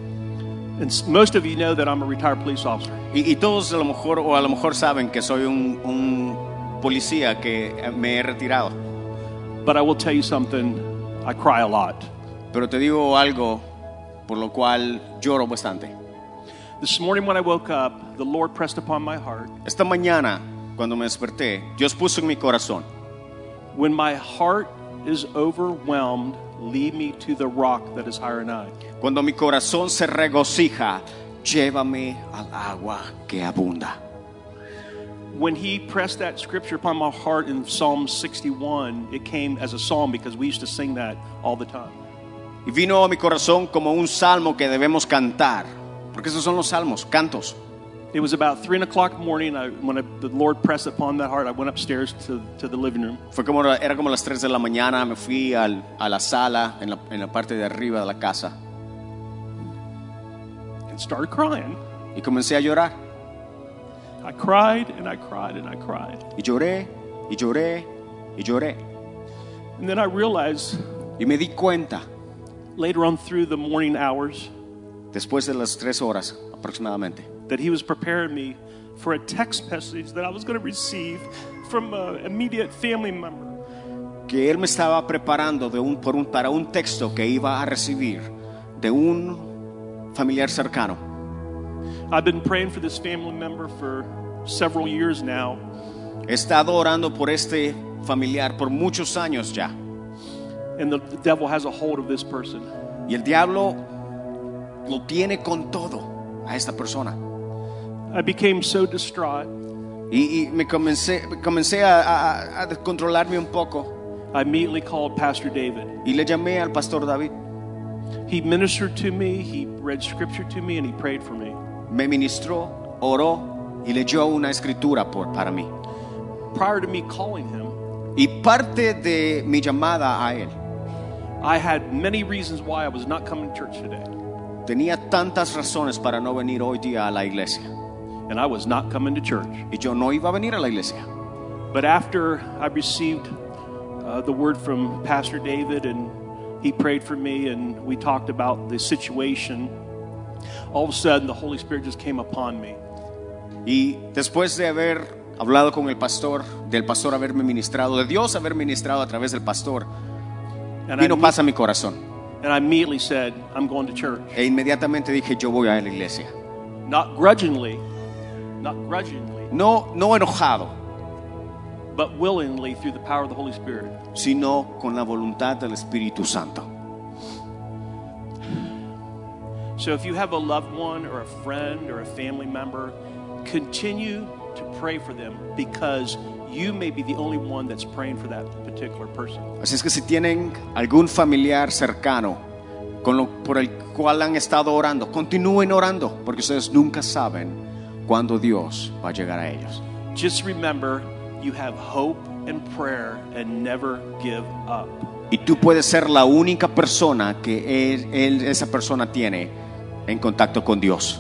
S5: And s- most of you know that I'm a retired police officer.
S4: Y, y todos a lo mejor o a lo mejor saben que soy un, un policía que eh, me he retirado.
S5: But I will tell you something I cry a lot.
S4: Pero te digo algo por lo cual lloro bastante.
S5: This morning when I woke up, the Lord pressed upon my heart.
S4: Esta mañana, cuando me desperté, Dios puso en mi corazón,
S5: When my heart is overwhelmed, lead me to the rock that is higher than I.
S4: cuando mi corazón se regocija, llévame al agua que abunda.
S5: When he pressed that scripture upon my heart in Psalm 61, it came as a psalm because we used to sing that all the time.
S4: Y vino a mi corazón como un salmo que debemos cantar, porque esos son los salmos, cantos.
S5: It was about three o'clock morning. I, when I, the Lord pressed upon that heart, I went upstairs to, to the living room.
S4: Fue como, era como las 3 de la mañana, me fui al- a la sala, en la, en la parte de arriba de la casa,
S5: and started crying.
S4: y comencé a llorar.
S5: I cried and I cried and I cried.
S4: Y lloré, y lloré, y lloré.
S5: And then I realized
S4: Y me di cuenta,
S5: later on through the morning hours
S4: después de las 3 horas aproximadamente,
S5: that he was preparing me for a text message that I was going to receive from an immediate family member.
S4: que él me estaba preparando de un, por un, para un texto que iba a recibir de un familiar cercano.
S5: I've been praying for this family member for several years now,
S4: He estado orando por este familiar por muchos años ya.
S5: and the, the devil has a hold of this person.
S4: Y el diablo lo tiene con todo a esta persona.
S5: I became so distraught,
S4: Y, y me comencé, comencé a, a- a descontrolarme un poco
S5: I immediately called Pastor David.
S4: y le llamé al pastor David.
S5: He ministered to me, he read scripture to me, and he prayed for me.
S4: Me ministró, oró y leyó una escritura por, para mí.
S5: Prior to me calling him,
S4: Y parte de mi llamada a él
S5: I had many reasons why I was not coming to church today,
S4: Tenía tantas razones para no venir hoy día a la iglesia.
S5: and I was not coming to church.
S4: Y yo no iba a venir a la iglesia.
S5: But after I received uh, the word from Pastor David and he prayed for me and we talked about the situation, all of a sudden the Holy Spirit just came upon me.
S4: Y después de haber hablado con el pastor, del pastor haberme ministrado, de Dios haber ministrado a través del pastor,
S5: And I,
S4: vino paz a mi corazón.
S5: and I immediately said, I'm going to church.
S4: E inmediatamente dije, yo voy a la iglesia.
S5: Not grudgingly, not grudgingly,
S4: No, no enojado,
S5: but willingly through the power of the Holy Spirit.
S4: sino con la voluntad del Espíritu Santo.
S5: So if you have a loved one or a friend or a family member, continue to pray for them because you may be the only one that's praying for that particular person.
S4: Así es que si tienen algún familiar cercano con lo, por el cual han estado orando, continúen orando, porque ustedes nunca saben cuándo Dios va a llegar a ellos.
S5: Just remember, you have hope in prayer and never give up.
S4: Y tú puedes ser la única persona que él- él- esa persona tiene en contacto con Dios.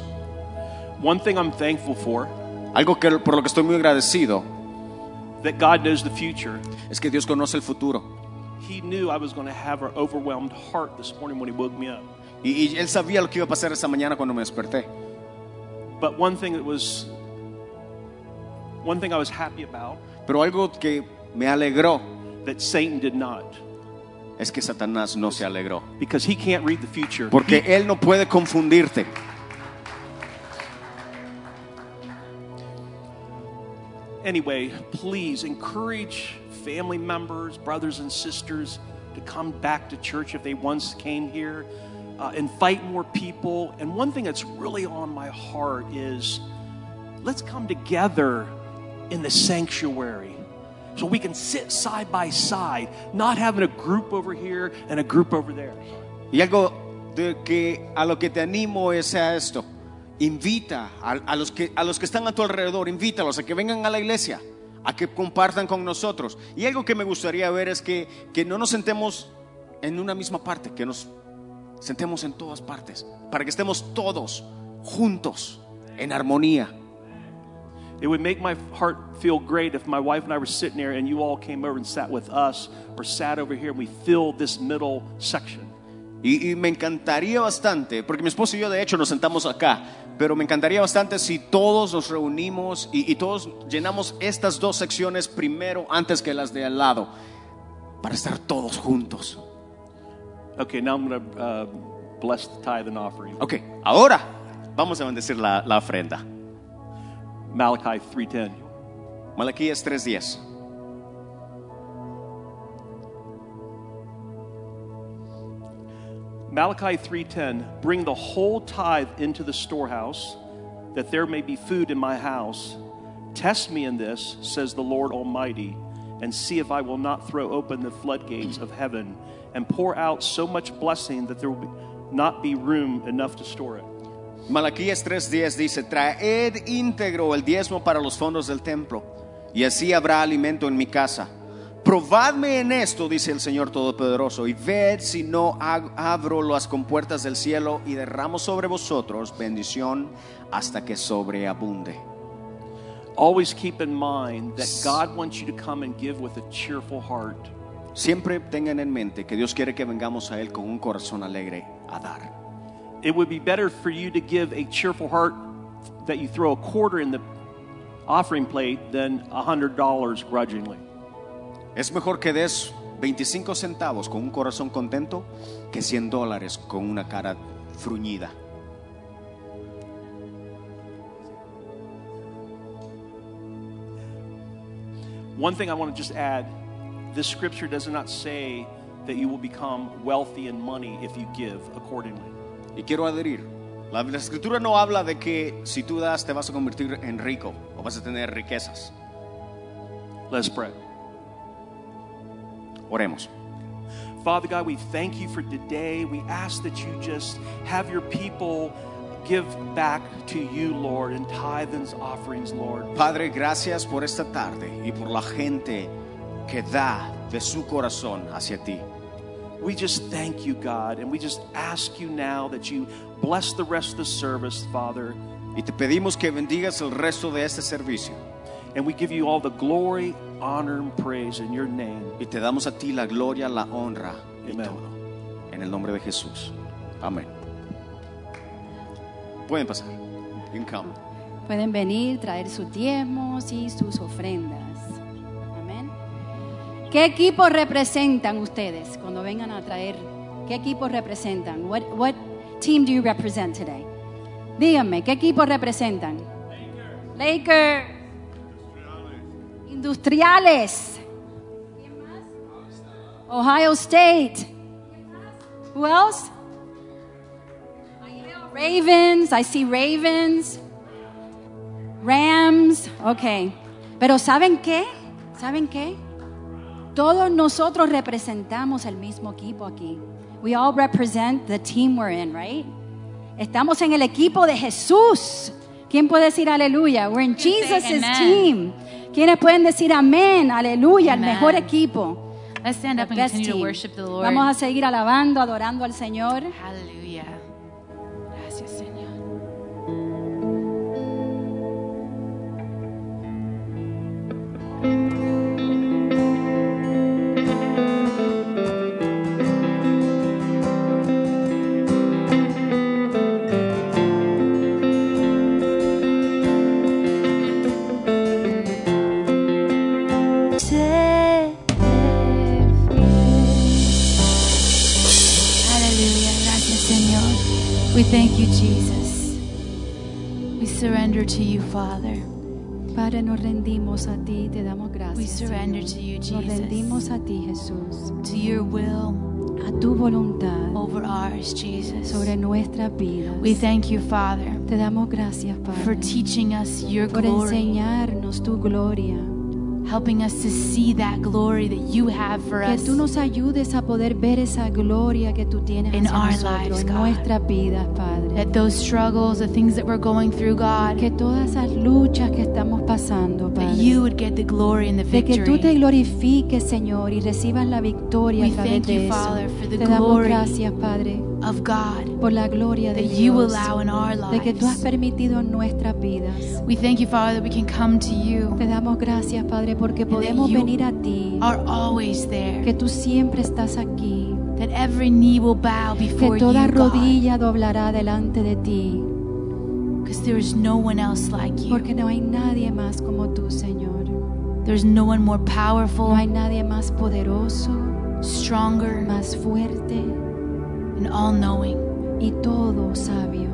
S5: One thing I'm thankful for
S4: Algo que, por lo que estoy muy agradecido
S5: that God knows the future.
S4: es que Dios conoce el futuro.
S5: He knew I was going to have an overwhelmed heart this morning when he woke me up.
S4: Y, y Él sabía lo que iba a pasar esa mañana cuando me desperté.
S5: But one thing that was one thing I was happy about
S4: Pero algo que me alegró
S5: that Satan did not
S4: es que Satanás no se alegró.
S5: because he can't read the future.
S4: Porque Él no puede confundirte.
S5: Anyway, please encourage family members, brothers and sisters to come back to church if they once came here. Uh, invite more people. And one thing that's really on my heart is let's come together in the sanctuary so we can sit side by side, not having a group over here and a group over there.
S4: Y algo de que a lo que te animo es a esto. Invita a, a los que, a los que están a tu alrededor, invítalos a que vengan a la iglesia, a que compartan con nosotros. Y algo que me gustaría ver es que, que no nos sentemos en una misma parte, que nos sentemos en todas partes, para que estemos todos juntos, en armonía.
S5: It would make my heart feel great if my wife and I were sitting there and you all came over and sat with us or sat over here and we filled this middle section.
S4: Y, y me encantaría bastante, porque mi esposo y yo de hecho nos sentamos acá, pero me encantaría bastante si todos nos reunimos y, y todos llenamos estas dos secciones primero antes que las de al lado, para estar todos juntos.
S5: Okay, now I'm going to uh, bless the tithe and offering.
S4: Ok, ahora vamos a bendecir la, la ofrenda.
S5: Malachi 3:10.
S4: Malaquías 3.10.
S5: Malachi 3:10, bring the whole tithe into the storehouse that there may be food in my house. Test me in this, says the Lord Almighty, and see if I will not throw open the floodgates of heaven and pour out so much blessing that there will be, not be room enough to store it.
S4: Malaquías 3:10 dice, traed íntegro el diezmo para los fondos del templo, y así habrá alimento en mi casa. Probadme en esto, dice el Señor Todopoderoso, y ved si no ha- abro las compuertas del cielo y derramo sobre vosotros bendición hasta que sobreabunde.
S5: Always keep in mind that God wants you to come and give with a cheerful heart.
S4: Siempre tengan en mente que Dios quiere que vengamos a Él con un corazón alegre a dar.
S5: It would be better for you to give a cheerful heart that you throw a quarter in the offering plate than a hundred dollars grudgingly.
S4: Es mejor que des 25 centavos con un corazón contento que 100 dólares con una cara fruñida.
S5: One thing I want to just add this scripture does not say that you will become wealthy in money if you give accordingly.
S4: Y quiero adherir. La, la escritura no habla de que si tú das te vas a convertir en rico o vas a tener riquezas.
S5: Let's pray.
S4: Oremos.
S5: Father God, we thank you for today. We ask that you just have your people give back to you, Lord, in tithe and offerings, Lord.
S4: Padre, gracias por esta tarde y por la gente que da de su corazón hacia ti.
S5: We just thank you, God, and we just ask you now that you bless the rest of the service, Father,
S4: Y te pedimos que bendigas el resto de este servicio.
S5: and we give you all the glory, honor, and praise in your name.
S4: Y te damos a ti la gloria, la honra y
S5: Amén.
S4: todo. En el nombre de Jesús. Amén. Pueden pasar. You can come.
S6: Pueden venir, traer sus diezmos y sus ofrendas. Amén. ¿Qué equipos representan ustedes cuando vengan a traer? ¿Qué equipos representan? What, what team do you represent today? Díganme, ¿qué equipos representan? Lakers. Industriales. Ohio State. Who else? Ravens. I see Ravens. Rams, ok. Pero ¿saben qué? ¿Saben qué? Todos nosotros representamos el mismo equipo aquí. We all represent the team we're in, right? Estamos en el equipo de Jesús. ¿Quién puede decir aleluya? We're in
S3: can say
S6: Jesus'
S3: amen.
S6: team.
S2: ¿Quiénes pueden decir amén? Aleluya, el
S3: Amen.
S2: mejor equipo.
S3: Let's stand
S2: The
S3: up and
S2: best
S3: continue to
S2: team.
S3: worship the Lord.
S2: Vamos a seguir alabando, adorando al Señor.
S3: Hallelujah. Gracias, Señor.
S7: Seré fiel. Hallelujah. Gracias, Señor. We thank you, Jesus. We surrender to you, Father.
S2: Padre, nos rendimos a ti, te damos
S3: We
S2: gracias.
S3: surrender
S2: Señor.
S3: to you,
S2: Nos rendimos
S3: Jesus.
S2: a ti, Jesús,
S3: To your will
S2: a tu voluntad
S3: over ours, Jesus.
S2: sobre nuestras vidas.
S3: We thank you, Father,
S2: Te damos gracias,
S3: for
S2: Padre,
S3: teaching us your
S2: por
S3: glory,
S2: enseñarnos tu gloria.
S3: helping us to see that glory that you have for
S2: Que
S3: us.
S2: tú nos ayudes a poder ver esa gloria que tú tienes
S3: In
S2: hacia
S3: our
S2: nosotros,
S3: lives,
S2: en
S3: God.
S2: nuestras vidas, Padre.
S3: That those struggles, the things that we're going through, God,
S2: Que todas esas luchas que estamos pasando,
S3: that
S2: Padre,
S3: you would get the glory and the
S2: de que tú te
S3: victory.
S2: glorifiques, Señor, y recibas la victoria
S3: We
S2: a través
S3: thank you,
S2: de eso.
S3: Father, for the
S2: Te damos
S3: glory
S2: gracias, Padre,
S3: of God
S2: por la gloria de
S3: that you
S2: Dios,
S3: allow in our
S2: de que tú has
S3: lives.
S2: permitido en nuestras vidas.
S3: We thank you, Father, that we can come to you,
S2: Te damos gracias, Padre, porque
S3: that
S2: podemos
S3: you
S2: venir a ti,
S3: are always there,
S2: que tú siempre estás aquí,
S3: that every knee will bow before
S2: que
S3: you,
S2: toda
S3: God,
S2: rodilla doblará delante de ti,
S3: because there is no one else like you.
S2: porque no hay nadie más como tú, Señor.
S3: There's no one more
S2: No hay
S3: powerful,
S2: nadie más poderoso,
S3: stronger,
S2: más fuerte
S3: and all-knowing.
S2: y todo sabio.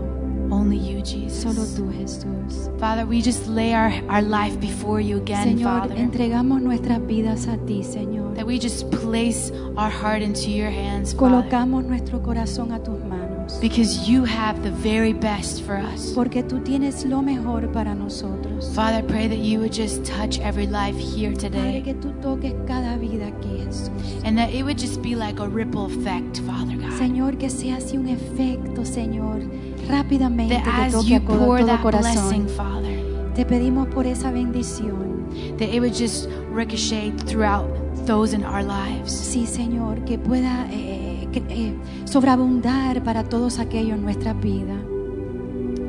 S3: Only you,
S2: Solo
S3: Jesus.
S2: tú, Jesús.
S3: Father, we just lay our, our life before you again,
S2: Señor,
S3: Father.
S2: entregamos nuestras vidas a ti, Señor.
S3: That we just place our heart into your hands, Father.
S2: Colocamos nuestro corazón a tus manos.
S3: Because you have the very best for us.
S2: Porque tú tienes lo mejor para nosotros.
S3: Father, I pray that you would just touch every life here
S2: Padre,
S3: today.
S2: que tú toques cada vida aquí, Jesús.
S3: And that it would just be like a ripple effect, Father God.
S2: Señor, que sea así un efecto, Señor, rápidamente
S3: That
S2: que
S3: as
S2: toque
S3: you
S2: a todo,
S3: pour
S2: todo
S3: that blessing,
S2: corazón.
S3: Father,
S2: Te pedimos por esa bendición.
S3: that it would just ricochet throughout those in our lives.
S2: Sí, Señor, que pueda eh, que- eh, sobreabundar para todos aquellos en nuestra vida.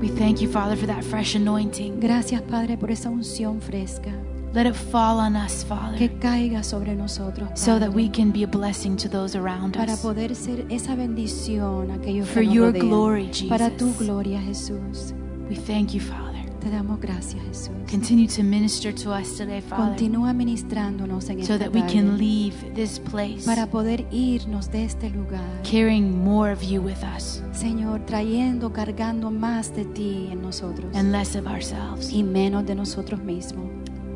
S3: We thank you, Father, for that fresh anointing.
S2: Gracias, Padre, por esa unción fresca
S3: Let it fall on us, Father,
S2: que caiga sobre nosotros.
S3: so that
S2: Padre,
S3: we can be a blessing to those around
S2: para
S3: us.
S2: poder ser esa bendición a aquellos
S3: For
S2: que nos
S3: your
S2: rodean.
S3: glory,
S2: para tu
S3: Jesus.
S2: gloria Jesús
S3: We thank you, Father.
S2: te damos gracias Jesús
S3: Continue to minister to us today, Father,
S2: continúa ministrándonos en
S3: so
S2: esta
S3: that we
S2: tarde,
S3: can leave this place
S2: para poder irnos de este lugar
S3: carrying more of you with us
S2: Señor trayendo cargando más de ti en nosotros
S3: and less of ourselves.
S2: y menos de nosotros mismos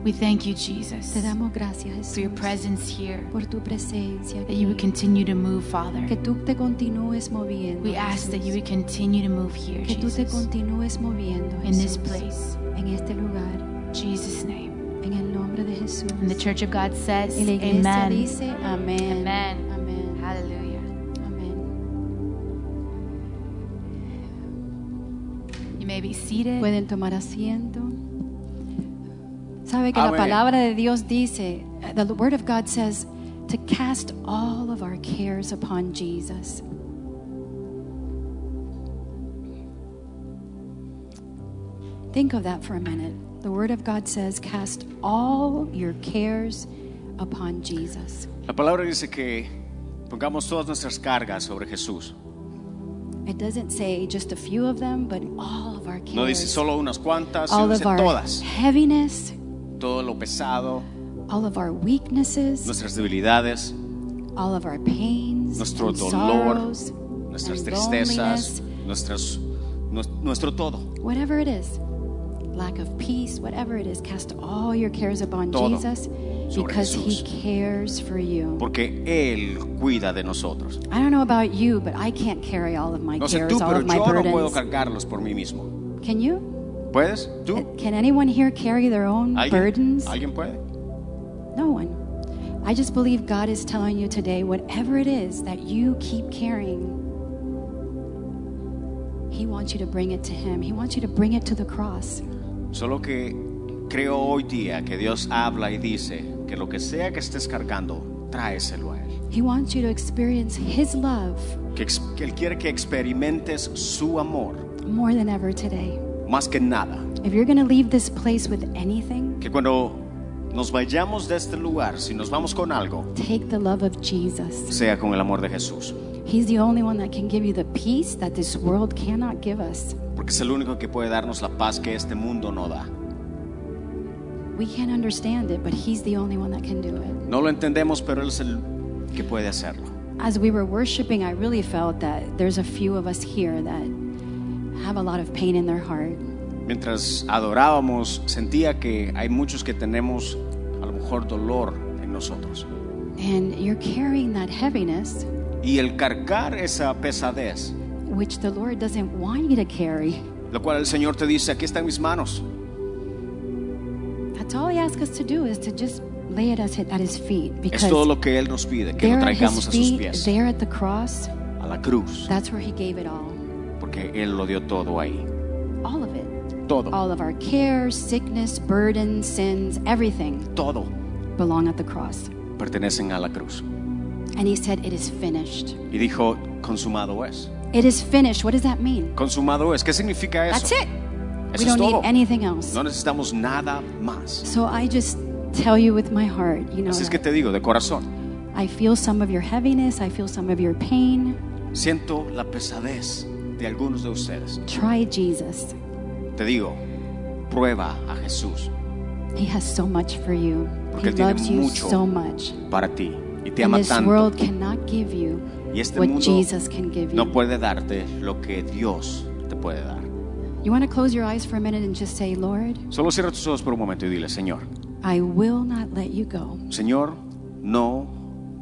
S3: We thank you, Jesus,
S2: te damos gracias
S3: for your
S2: Jesús
S3: presence here,
S2: por tu presencia
S3: that you would
S2: aquí.
S3: continue to move, Father.
S2: que tú te continúes moviendo
S3: We ask that you
S2: Jesús.
S3: would continue to move here,
S2: que tú te
S3: Jesus,
S2: continúes moviendo
S3: in this
S2: Jesús,
S3: place.
S2: en este lugar
S3: Jesus' name.
S2: en el nombre de Jesús
S3: And the Church of God says,
S2: y la iglesia
S3: Amen.
S2: dice amén
S3: Amén.
S2: amén
S3: Hallelujah.
S2: Amén.
S3: You may be seated.
S2: Pueden tomar asiento. Sabe que
S4: Amén.
S2: la palabra de Dios dice, the word of God says, to cast all of our cares upon Jesus. Think of that for a minute. The word of God says, cast all your cares upon Jesus.
S4: La palabra dice que pongamos todas nuestras cargas sobre Jesús.
S2: It doesn't say just a few of them, but all of our cares.
S4: No dice solo unas cuantas, sino
S2: all
S4: dice
S2: of our
S4: todas.
S2: heaviness,
S4: Todo lo pesado,
S2: all of our weaknesses,
S4: nuestras debilidades,
S2: all of our pains,
S4: nuestro
S2: and
S4: dolor,
S2: sorrows,
S4: nuestras
S2: and
S4: tristezas,
S2: loneliness,
S4: nuestras, nues- nuestro todo.
S2: whatever it is, lack of peace, whatever it is, cast all your cares upon
S4: Todo
S2: Jesus
S4: sobre
S2: because
S4: Jesús.
S2: He cares for you.
S4: Porque Él cuida de nosotros.
S2: I don't know about you, but I can't carry all of my
S4: No sé
S2: cares,
S4: tú,
S2: all
S4: pero
S2: of my
S4: yo no puedo
S2: burdens.
S4: cargarlos por mí mismo.
S2: Can you?
S4: ¿Puedes? ¿Tú?
S2: Can anyone here carry their own
S4: ¿Alguien,
S2: Eh, burdens?
S4: ¿Alguien puede?
S2: No one. I just believe God is telling you today, whatever it is that you keep carrying, He wants you to bring it to Him. He wants you to bring it to the cross.
S4: Solo que creo hoy día que Dios habla y dice que lo que sea que estés cargando, tráeselo a Él.
S2: He wants you to experience His love
S4: Que, ex- que Él quiere que experimentes su amor
S2: more than ever today.
S4: más que nada.
S2: If you're going to leave this place with anything,
S4: Que cuando nos vayamos de este lugar, si nos vamos con algo,
S2: take the love of Jesus.
S4: sea con el amor de Jesús.
S2: He's the only one that can give you the peace that this world cannot give us.
S4: Porque es el único que puede darnos la paz que este mundo no da.
S2: We can't understand it, but He's the only one that can do it.
S4: No lo entendemos, pero Él es el que puede hacerlo.
S2: As we were worshiping, I really felt that there's a few of us here that have a lot of pain in their heart.
S4: Mientras adorábamos, sentía que hay muchos que tenemos a lo mejor dolor en nosotros.
S2: And you're carrying that heaviness,
S4: Y el cargar esa pesadez,
S2: which the Lord doesn't want you to carry.
S4: lo cual el Señor te dice, aquí están mis manos.
S2: That's all He asks us to do is to just lay it at His- at His feet.
S4: Es todo
S2: Because
S4: lo que Él nos pide, que lo
S2: there at His
S4: traigamos a sus
S2: feet,
S4: pies,
S2: there at the cross,
S4: a la cruz,
S2: that's where He gave it all.
S4: porque Él lo dio todo ahí.
S2: All of it.
S4: Todo,
S2: All of our cares, sickness, burdens, sins, everything
S4: todo
S2: belong at the cross.
S4: pertenecen a la cruz.
S2: And he said, It is finished.
S4: Y dijo, consumado es.
S2: It is finished. What does that mean?
S4: Consumado es. ¿Qué significa eso?
S2: That's it. We
S4: Eso es
S2: don't need
S4: todo.
S2: anything else.
S4: No necesitamos nada más.
S2: So I just tell you with my heart, you know,
S4: Así es que
S2: that
S4: te digo, de corazón,
S2: I feel some of your heaviness, I feel some of your pain.
S4: siento la pesadez de algunos de ustedes.
S2: Try Jesus.
S4: Te digo, prueba a Jesús
S2: He has so much for you.
S4: Porque
S2: He
S4: él tiene
S2: loves you
S4: mucho.
S2: so much.
S4: para ti y te
S2: And
S4: ama
S2: this
S4: tanto.
S2: world cannot give you
S4: Y este
S2: what
S4: mundo
S2: Jesus can give
S4: no
S2: you.
S4: puede darte lo que Dios te puede dar.
S2: You want to close your eyes for a minute and just say, Lord,
S4: Solo cierra tus ojos por un momento y dile, Señor,
S2: I will not let you go
S4: Señor, no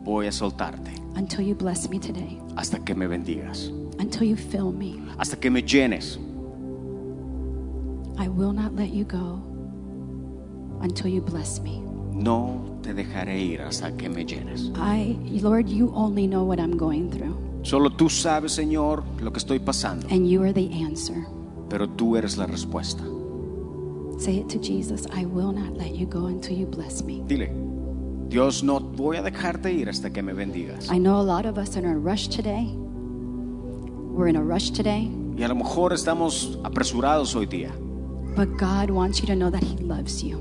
S4: voy a soltarte
S2: until you bless me today,
S4: hasta que me bendigas,
S2: until you fill me.
S4: hasta que me llenes.
S2: I will not let you go until you bless me.
S4: No te dejaré ir hasta que me llenes.
S2: I, Lord, you only know what I'm going through,
S4: Solo tú sabes, Señor, lo que estoy pasando,
S2: and you are the answer.
S4: pero tú eres la respuesta.
S2: Say it to Jesus I will not let you go until you bless me.
S4: Dile, Dios, no voy a dejarte ir hasta que me bendigas.
S2: I know a lot of us are in a rush today. We're in a rush today,
S4: Y a lo mejor estamos apresurados hoy día,
S2: but God wants you to know that He loves you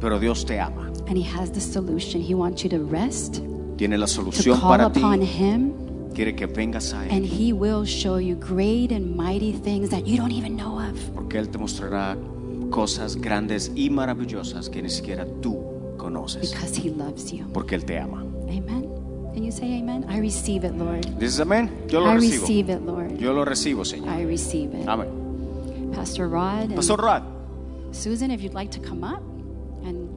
S4: pero Dios te ama.
S2: and He has the solution. He wants you to rest,
S4: Tiene la
S2: to
S4: solución
S2: call
S4: para ti.
S2: upon Him,
S4: Quiere que vengas a Él,
S2: and He will show you great and mighty things that you don't even know of.
S4: porque Él te mostrará cosas grandes y maravillosas que ni siquiera tú conoces,
S2: Because he loves you.
S4: porque Él te ama.
S2: Amen. Can you say amen? I receive it, Lord.
S4: Dices amén, yo lo
S2: I
S4: recibo.
S2: receive it, Lord.
S4: Yo lo recibo, Señor.
S2: I receive it.
S4: Amén.
S2: Pastor Rod and
S4: Pastor Rod,
S2: Susan, if you'd like to come up. And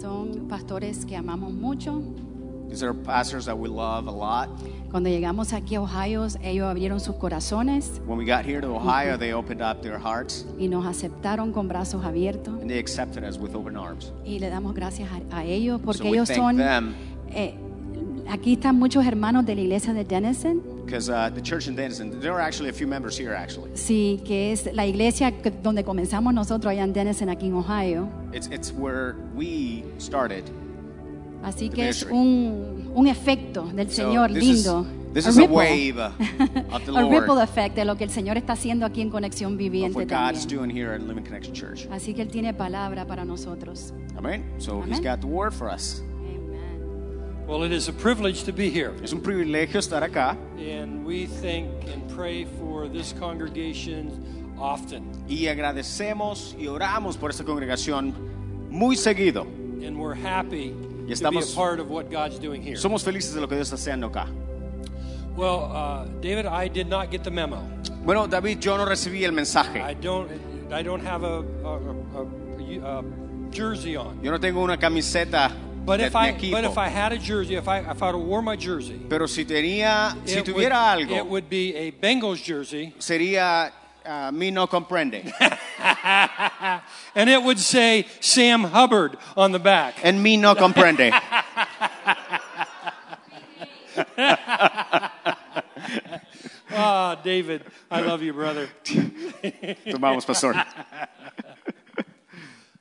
S2: son pastores que amamos mucho.
S4: these are pastors that we love a lot.
S2: Cuando llegamos aquí a Ohio, ellos abrieron sus corazones
S4: When we got here to Ohio, they opened up their hearts
S2: y nos aceptaron con brazos abiertos.
S4: and they accepted us with open arms.
S2: Y le damos gracias a, a ellos porque
S4: So we
S2: ellos
S4: thank
S2: son...
S4: them.
S2: eh, aquí están muchos hermanos de la iglesia de Denison.
S4: Because uh, the church in Denison, there are actually a few members here, actually.
S2: Sí, que es la iglesia que- donde comenzamos nosotros allá en Denison, aquí en Ohio.
S4: It's, it's where we started.
S2: Así
S4: The
S2: que es
S4: ministry.
S2: un, un efecto del
S4: So
S2: Señor
S4: this is-
S2: lindo.
S4: this
S2: a
S4: is a
S2: ripple.
S4: wave, uh, of the
S2: A
S4: Lord.
S2: ripple effect de lo que el Señor está haciendo aquí en Conexión
S4: Of
S2: Viviente
S4: what God's
S2: también.
S4: doing here at Living Connection Church.
S2: Así que Él tiene palabra para nosotros.
S4: Amen. So He's
S2: Amen.
S4: got the word for us.
S8: Well, it is a privilege to be here,
S4: Es un privilegio estar acá
S8: and we think and pray for this congregation often,
S4: y agradecemos y oramos por esta congregación muy seguido.
S8: and we're happy to be a
S4: estamos-
S8: part of what God's doing here.
S4: Somos felices de lo que Dios está haciendo acá.
S8: Well, uh, David, I did not get the memo.
S4: Bueno, David, yo no recibí el
S8: I
S4: mensaje.
S8: don't. I don't have a, a, a, a- a jersey on.
S4: Yo no tengo una camiseta
S8: But
S4: de
S8: if
S4: mi
S8: I,
S4: equipo.
S8: but if I had a jersey, if I if I'd have wore my jersey,
S4: Pero si tenía, si
S8: it, would,
S4: tuviera
S8: it
S4: algo,
S8: would be a Bengals jersey,
S4: sería a mí no comprende.
S8: and it would say Sam Hubbard on the back.
S4: En mí no comprende.
S8: Ah, David, I love you, brother.
S4: Tomamos, pastor.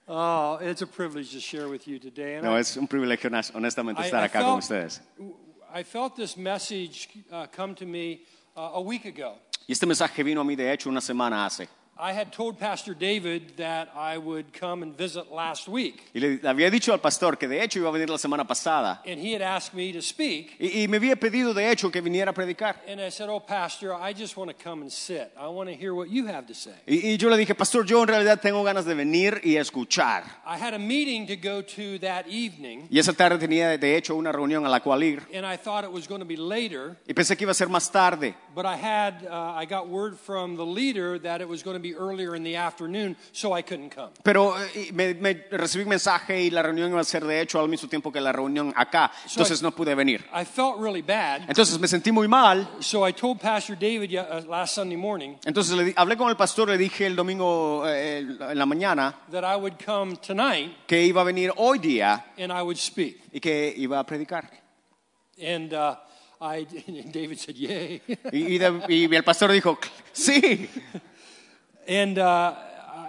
S8: Oh, it's a privilege to share with you today. And
S4: No,
S8: I-
S4: es un privilegio honest- honestamente
S8: I-
S4: estar
S8: I
S4: acá
S8: felt-
S4: con ustedes.
S8: I felt this message uh, come to me uh, a week ago.
S4: Y este mensaje vino a mí, de hecho, una semana hace.
S8: I had told Pastor David that I would come and visit last week,
S4: Y le había dicho al pastor que de hecho iba a venir la semana pasada.
S8: and he had asked me to speak.
S4: Y, y me había pedido, de hecho, que viniera a predicar.
S8: And I said, Oh, Pastor, I just want to come and sit. I want to hear what you have to say.
S4: Y, y yo le dije, pastor, yo en realidad tengo ganas de venir y escuchar.
S8: I had a meeting to go to that evening,
S4: Y esa tarde tenía, de hecho, una reunión a la cual ir.
S8: and I thought it was going to be later,
S4: Y pensé que iba a ser más tarde.
S8: but I had, uh, I got word from the leader that it was going to be earlier in the afternoon, so I couldn't come.
S4: Pero eh, y me, me recibí un mensaje y la reunión iba a ser, de hecho, al mismo tiempo que la reunión acá. Entonces no pude venir.
S8: I felt really bad,
S4: Entonces me sentí muy mal.
S8: so I told Pastor David ye- uh, last Sunday morning
S4: Entonces le di- hablé con el pastor, le dije el domingo eh, el- en la mañana
S8: that I would come tonight
S4: que iba a venir hoy día
S8: and I would speak.
S4: y que iba a predicar.
S8: And uh, I, and David said, Yay.
S4: Y, y de- y el pastor dijo, sí.
S8: and uh,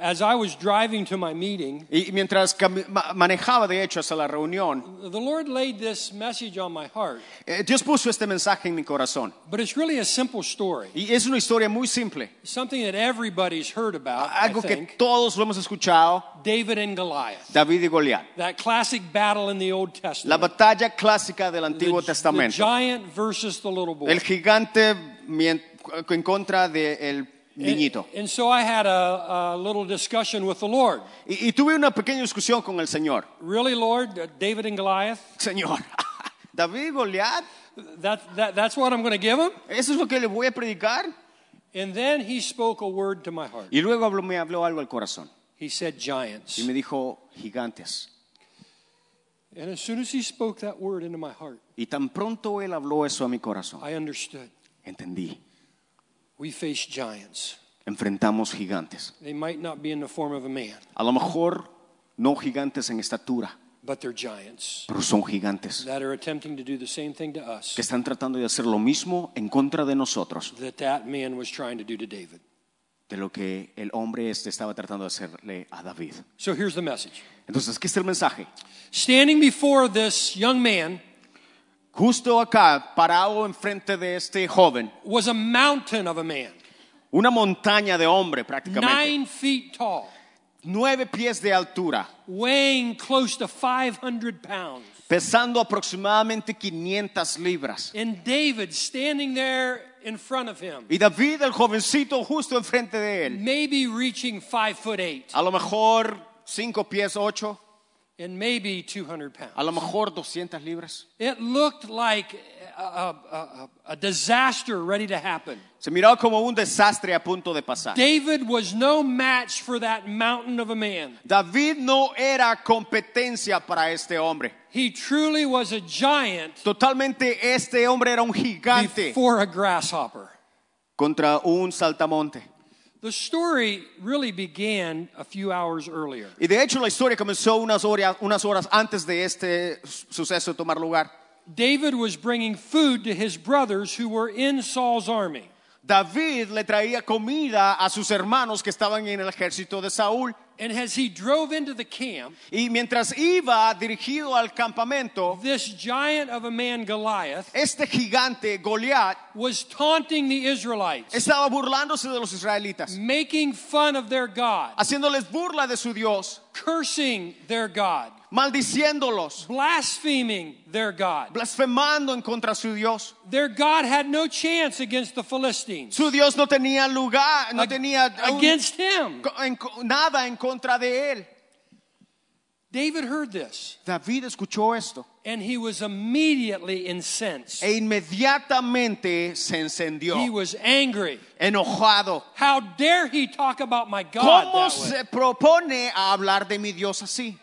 S8: as I was driving to my meeting,
S4: Y mientras cami- ma- manejaba, de hecho, hacia la reunión,
S8: the Lord laid this message on my heart.
S4: eh, Dios puso este mensaje en mi corazón.
S8: But it's really a simple story,
S4: Y es una historia muy simple.
S8: something that everybody's heard about, I
S4: Algo que
S8: think.
S4: todos lo hemos escuchado,
S8: David and Goliath,
S4: David y Goliat.
S8: that classic battle in the Old
S4: La
S8: Testament.
S4: batalla clásica del
S8: The-
S4: Antiguo
S8: the
S4: Testamento.
S8: giant versus the little boy.
S4: El gigante mien- en contra del niñito.
S8: And, and so I had a, a little discussion with the Lord.
S4: Y, y tuve una pequeña discusión con el Señor.
S8: Really, Lord, uh, David and Goliath?
S4: Señor, David y Goliat,
S8: That, that, that's what I'm going to give him?
S4: ¿eso es lo que le voy a predicar?
S8: And then he spoke a word to my heart.
S4: Y luego habló- me habló algo al corazón.
S8: He said, Giants.
S4: Y me dijo, gigantes.
S8: And as soon as he spoke that word into my heart,
S4: Y tan pronto él habló eso a mi corazón.
S8: I understood.
S4: Entendí.
S8: We face giants.
S4: Enfrentamos gigantes.
S8: They might not be in the form of a man,
S4: A lo mejor no gigantes en estatura,
S8: but they're giants
S4: pero son gigantes
S8: that are attempting to do the same thing to us
S4: que están tratando de hacer lo mismo en contra de nosotros,
S8: that that man was trying to do to David.
S4: de lo que el hombre este estaba tratando de hacerle a David.
S8: So here's the message.
S4: Entonces, ¿qué es el mensaje?
S8: Standing before this young man
S4: Justo acá, parado enfrente de este joven,
S8: was a mountain of a man,
S4: una montaña de hombre prácticamente.
S8: nine feet tall,
S4: nueve pies de altura,
S8: weighing close to 500 pounds.
S4: pesando aproximadamente 500 libras.
S8: And David standing there in front of him,
S4: Y David, el jovencito, justo enfrente de él,
S8: maybe reaching five foot eight,
S4: a lo mejor 5 pies 8,
S8: and maybe 200 pounds.
S4: a lo mejor 200 libras.
S8: It looked like a, a- a- a disaster ready to happen.
S4: Se miraba como un desastre a punto de pasar.
S8: David was no match for that mountain of a man.
S4: David no era competencia para este hombre.
S8: He truly was a giant
S4: Totalmente este hombre era un gigante
S8: before a grasshopper.
S4: contra un saltamonte.
S8: The story really began a few hours earlier.
S4: Y de hecho la historia comenzó unas horas, unas horas antes de este su- suceso tomar lugar.
S8: David was bringing food to his brothers who were in Saul's army.
S4: David le traía comida a sus hermanos que estaban en el ejército de Saúl.
S8: And as he drove into the camp,
S4: Y mientras iba dirigido al campamento,
S8: this giant of a man, Goliath,
S4: este gigante Goliat
S8: was taunting the Israelites,
S4: estaba burlándose de los israelitas,
S8: making fun of their God,
S4: haciéndoles burla de su Dios,
S8: cursing their God,
S4: maldiciéndolos,
S8: blaspheming their God.
S4: blasfemando en contra de su Dios.
S8: Their God had no chance against the Philistines,
S4: Su Dios no tenía lugar, no
S8: ag-
S4: tenía un-
S8: against him.
S4: co- en co- nada en contra de él.
S8: David heard this,
S4: David escuchó esto
S8: and he was immediately incensed.
S4: e inmediatamente se encendió,
S8: He was angry.
S4: enojado.
S8: How dare he talk about my God
S4: ¿Cómo
S8: that way?
S4: se propone a hablar de mi Dios así?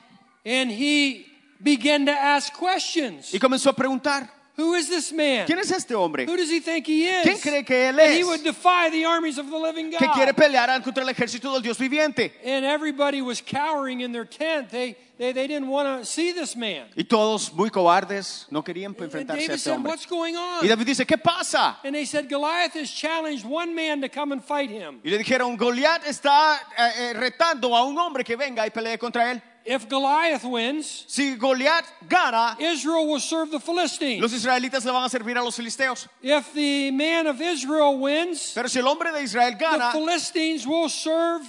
S8: And he began to ask questions.
S4: Y comenzó a preguntar,
S8: Who is this man?
S4: ¿quién es este hombre
S8: Who does he think he is?
S4: ¿Quién cree que él
S8: That He
S4: es?
S8: would defy the armies of the living God.
S4: que quiere pelear contra el ejército del Dios viviente?
S8: and everybody was cowering in their tent. They, they, they didn't want to see this man.
S4: Y todos muy cobardes no querían
S8: And
S4: enfrentarse a
S8: David
S4: este
S8: said,
S4: hombre.
S8: What's going on?
S4: Y David dice, ¿qué pasa?
S8: and they said, Goliath has challenged one man to come and fight him.
S4: Y le dijeron, Goliat está eh, eh, retando a un hombre que venga y pelee contra él.
S8: If Goliath wins,
S4: Si Goliat gana,
S8: Israel will serve the Philistines.
S4: los israelitas le van a servir a los filisteos.
S8: If the man of Israel wins,
S4: Pero si el hombre de Israel
S8: the
S4: gana,
S8: Philistines will serve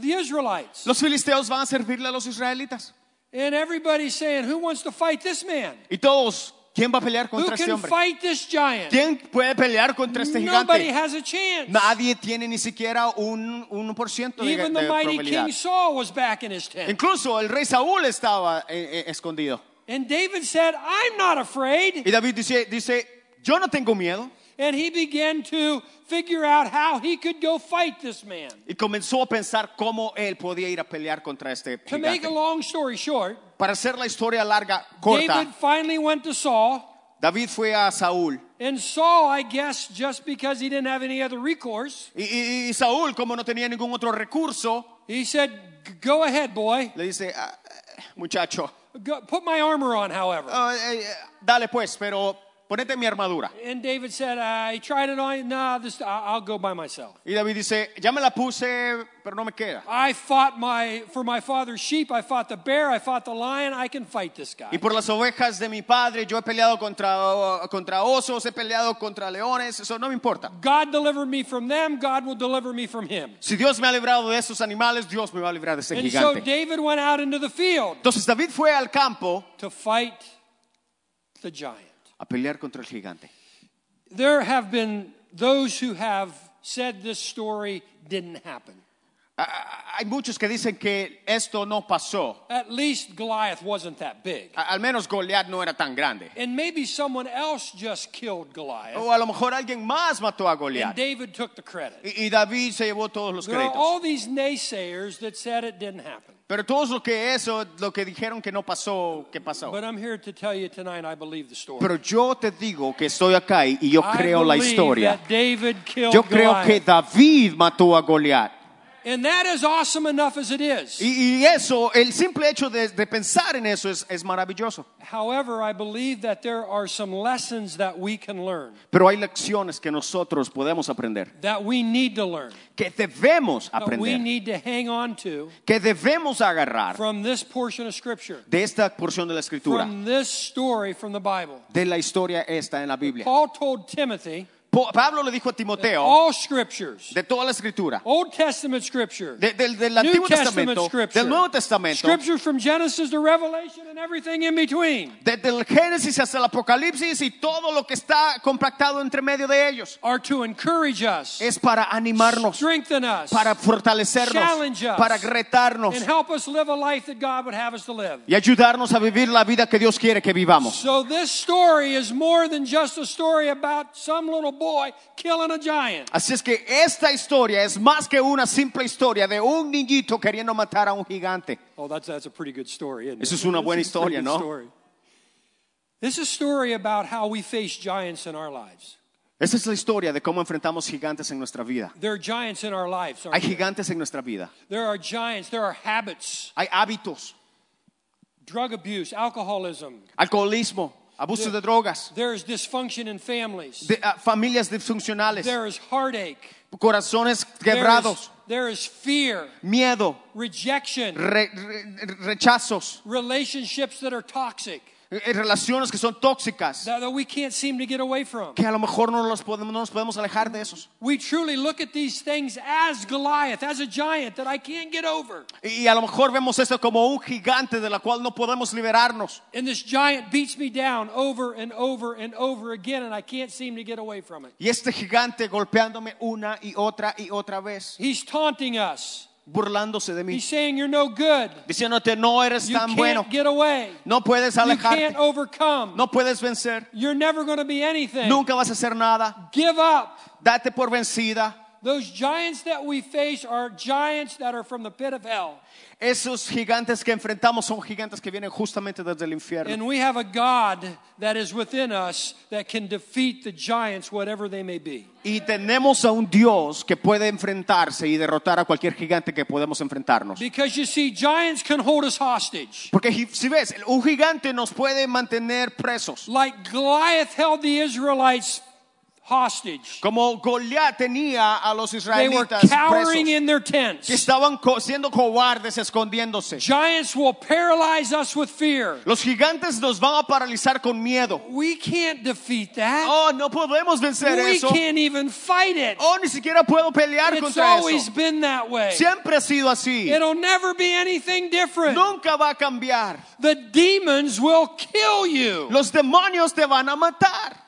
S8: the Israelites.
S4: los filisteos van a servirle a los israelitas.
S8: And everybody's saying, Who wants to fight this man?
S4: Y todos, ¿quién va a pelear
S8: Who
S4: contra este
S8: can
S4: hombre?
S8: fight this giant?
S4: ¿Quién puede pelear contra este
S8: Nobody
S4: gigante?
S8: has a chance.
S4: Nadie tiene ni siquiera un, un por ciento de,
S8: Even the
S4: de
S8: mighty
S4: probabilidad.
S8: King Saul was back in his tent.
S4: Incluso el rey Saúl estaba eh, eh, escondido.
S8: And David said, I'm not afraid.
S4: Y David dice, dice, yo no tengo miedo.
S8: And he began to figure out how he could go fight this man.
S4: Y comenzó a pensar cómo él podía ir a pelear contra este
S8: To make
S4: gigante.
S8: a long story short,
S4: Para hacer la historia larga, corta,
S8: David finally went to Saul.
S4: David fue a Saúl.
S8: And Saul, I guess, just because he didn't have any other recourse,
S4: Y, y- y Saúl, como no tenía ningún otro recurso,
S8: he said, "G- Go ahead, boy.
S4: le dice, "Ah, eh, muchacho,
S8: Go, put my armor on, however.
S4: ah, eh, eh, dale pues, pero ponete mi armadura.
S8: And David said, I tried it on. Nah, this, I- I'll go by myself.
S4: Y David dice, ya me la puse, pero no me queda.
S8: I fought my for my father's sheep. I fought the bear. I fought the lion. I can fight this guy.
S4: Y por las ovejas de mi padre, yo he peleado contra, oh, contra osos, he peleado contra leones, eso no me importa.
S8: God delivered me from them. God will deliver me from him.
S4: Si Dios me ha librado de esos animales, Dios me va a librar de ese
S8: And so
S4: gigante.
S8: David went out into the field
S4: Entonces David fue al campo
S8: to fight the giant.
S4: a pelear contra el gigante.
S8: There have been those who have said this story didn't happen.
S4: A- a- Hay muchos que dicen que esto no pasó.
S8: At least Goliath wasn't that big.
S4: A- Al menos Goliat no era tan grande.
S8: And maybe someone else just killed Goliath.
S4: O a lo mejor alguien más mató a
S8: And
S4: Goliat.
S8: David took the credit.
S4: Y, y David se llevó todos los
S8: There are
S4: créditos.
S8: all these naysayers that said it didn't happen.
S4: Pero todos lo que eso, lo que dijeron que no pasó, que pasó.
S8: But I'm here to tell you tonight I believe the story.
S4: Pero yo te digo que estoy acá y y yo
S8: I
S4: creo la
S8: believe
S4: historia.
S8: that David killed
S4: Yo creo que
S8: Goliath.
S4: David mató a Goliat.
S8: And that is awesome enough as it is.
S4: Y, y eso, el simple hecho de, de pensar en eso es, es maravilloso.
S8: However, I believe that there are some lessons that we can learn,
S4: Pero hay lecciones que nosotros podemos aprender,
S8: that we need to learn,
S4: que debemos
S8: that we
S4: aprender,
S8: need to hang on to
S4: que debemos agarrar
S8: from this portion of Scripture,
S4: de esta porción de la escritura,
S8: from this story from the Bible.
S4: de la historia esta en la Biblia.
S8: Paul told Timothy
S4: Po- Pablo le dijo a Timoteo,
S8: all scriptures,
S4: de toda la escritura,
S8: Old Testament scripture,
S4: de- del, del
S8: New
S4: Antiguo
S8: Testament
S4: Testamento,
S8: scripture,
S4: del Nuevo Testamento,
S8: scriptures from Genesis to Revelation and everything in between
S4: desde el Génesis hasta el Apocalipsis y todo lo que está compactado entre medio de ellos,
S8: are to encourage us,
S4: es para animarnos,
S8: strengthen us,
S4: para fortalecernos,
S8: challenge us,
S4: para retarnos
S8: and help us live a life that God would have us to live.
S4: y ayudarnos a vivir la vida que Dios quiere que vivamos.
S8: So this story is more than just a story about some little boy killing a giant.
S4: Así es que esta historia es más que una simple historia de un niñito queriendo matar a un gigante.
S8: Oh, that's that's a pretty good story, isn't it?
S4: Eso es una buena
S8: That's a pretty
S4: historia,
S8: good
S4: ¿no?
S8: story. This is a story about how we face giants in our lives.
S4: Esa es la historia de cómo enfrentamos gigantes en nuestra vida.
S8: There are giants in our lives.
S4: Hay
S8: Aren't there?
S4: gigantes en nuestra vida.
S8: there are giants. There are habits,
S4: Hay hábitos,
S8: drug abuse, alcoholism.
S4: alcoholismo, abuso de drogas,
S8: There is dysfunction in families.
S4: de- ah, familias disfuncionales,
S8: There is heartache.
S4: corazones
S8: There is,
S4: quebrados,
S8: there is fear,
S4: miedo,
S8: rejection,
S4: re- re- rechazos,
S8: relationships that are toxic
S4: eh, relaciones que son tóxicas,
S8: that, that we can't seem to get away from.
S4: que a lo mejor no, los podemos, no nos podemos alejar de esos.
S8: We truly look at these things as Goliath, as a giant that I can't get over.
S4: Y a lo mejor vemos esto como un gigante de la cual no podemos liberarnos.
S8: And this giant beats me down over and over and over again, and I can't seem to get away from it.
S4: Y este gigante golpeándome una y otra y otra vez,
S8: He's taunting us.
S4: burlándose de mí,
S8: He's saying, You're no good.
S4: diciéndote no eres
S8: You
S4: tan
S8: can't
S4: bueno,
S8: get away.
S4: no puedes
S8: You can't
S4: alejarte,
S8: overcome.
S4: no puedes vencer,
S8: You're never going to be anything.
S4: nunca vas a hacer nada,
S8: Give up.
S4: date por vencida.
S8: Those giants that we face are giants that are from the pit of hell.
S4: Esos gigantes que enfrentamos son gigantes que vienen justamente desde el infierno.
S8: And we have a God that is within us that can defeat the giants, whatever they may be.
S4: Y tenemos a un Dios que puede enfrentarse y derrotar a cualquier gigante que podemos enfrentarnos.
S8: Because you see, giants can hold us hostage.
S4: Porque gi- si ves, el- un gigante nos puede mantener presos.
S8: Like Goliath held the Israelites hostage.
S4: Como Goliat tenía a los
S8: They were
S4: israelitas presos,
S8: cowering in their
S4: que
S8: tents.
S4: estaban co- siendo cobardes escondiéndose.
S8: Giants will paralyze us with fear.
S4: Los gigantes nos van a paralizar con miedo.
S8: We can't defeat that.
S4: Oh, no podemos vencer
S8: We
S4: eso.
S8: can't even fight it.
S4: Oh, ni siquiera puedo pelear
S8: It's
S4: contra
S8: always
S4: eso.
S8: been that way.
S4: Siempre ha sido así.
S8: It'll never be anything different.
S4: Nunca va a cambiar.
S8: The demons will kill you.
S4: Los demonios te van a matar.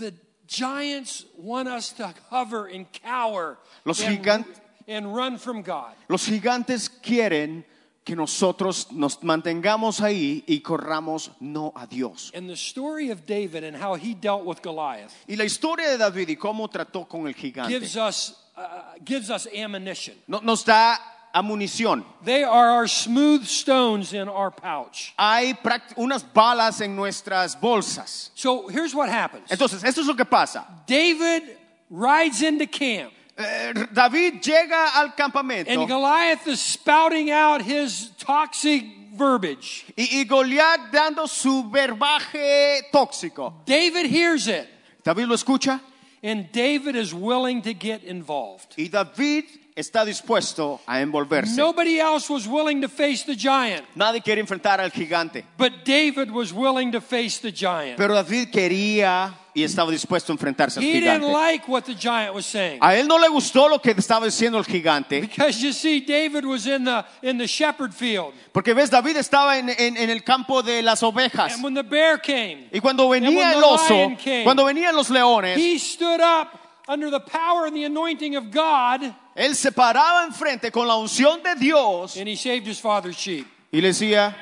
S8: The giants want us to hover and cower
S4: Los
S8: and,
S4: gigant-
S8: and run from God.
S4: Los gigantes quieren que nosotros nos mantengamos ahí y corramos no a Dios.
S8: And the story of David and how he dealt with Goliath
S4: Y la historia de David y cómo trató con el gigante
S8: gives us uh, gives us ammunition.
S4: no- nos da a munición.
S8: They are our smooth stones in our pouch.
S4: Hay práct- unas balas en nuestras bolsas.
S8: So here's what happens.
S4: Entonces, esto es lo que pasa.
S8: David rides into camp
S4: Eh, David llega al
S8: and
S4: campamento
S8: Goliath is spouting out his toxic verbiage.
S4: y, y Goliat dando su verbaje tóxico.
S8: David hears it
S4: David lo escucha
S8: and David is willing to get involved.
S4: y David está dispuesto a envolverse.
S8: Nobody else was willing to face the giant,
S4: Nadie quiere enfrentar al gigante.
S8: but David was willing to face the giant.
S4: Pero David quería y estaba dispuesto a enfrentarse al
S8: He didn't
S4: gigante.
S8: like what the giant was saying.
S4: A él no le gustó lo que estaba diciendo el gigante.
S8: Because you see, David was in the in the shepherd field,
S4: Porque ves, David estaba en, en- en el campo de las ovejas.
S8: and when the bear came,
S4: Y cuando venía
S8: when the
S4: el oso,
S8: lion came,
S4: cuando venían los leones,
S8: he stood up under the power and the anointing of God,
S4: él se paraba enfrente con la unción de Dios
S8: and he saved his father's sheep.
S4: y le decía,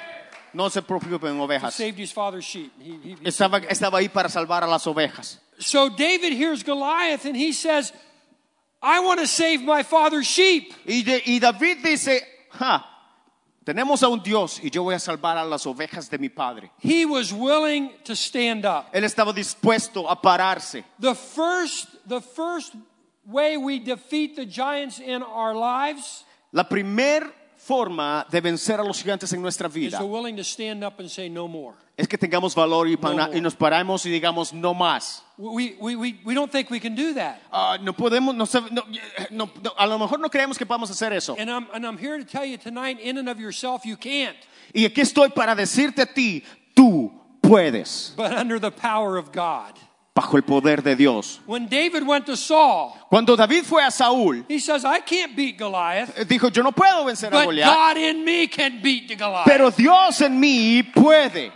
S4: no se preocupen
S8: He
S4: ovejas.
S8: saved his father's sheep. He- he- he-
S4: Estaba, estaba ahí para salvar a las ovejas.
S8: So David hears Goliath, and he says, "I want to save my father's sheep."
S4: Y, de- y David dice, "Ja, tenemos a un Dios y yo voy a salvar a las ovejas de mi padre.
S8: He was willing to stand up.
S4: Él estaba dispuesto a pararse.
S8: The first, the first way we defeat the giants in our lives
S4: La primera forma de vencer a los gigantes en nuestra
S8: is
S4: vida
S8: to willing to stand up and say no more.
S4: es que tengamos valor y, pana-
S8: more.
S4: y nos paramos y digamos no más.
S8: We, we, we, we don't think we can do that.
S4: Ah, no podemos, no, sab- no, eh, no, no, a lo mejor no creemos que podemos hacer eso.
S8: And I'm, and I'm here to tell you tonight, in and of yourself, you can't,
S4: Y aquí estoy para decirte a ti, tú puedes,
S8: but under the power of God.
S4: bajo el poder de Dios.
S8: When David went to Saul,
S4: Cuando David fue a Saúl,
S8: he says, I can't beat Goliath,
S4: eh, dijo, yo no puedo vencer a
S8: but
S4: Goliat,
S8: God in me can beat the Goliath.
S4: pero Dios en mí puede.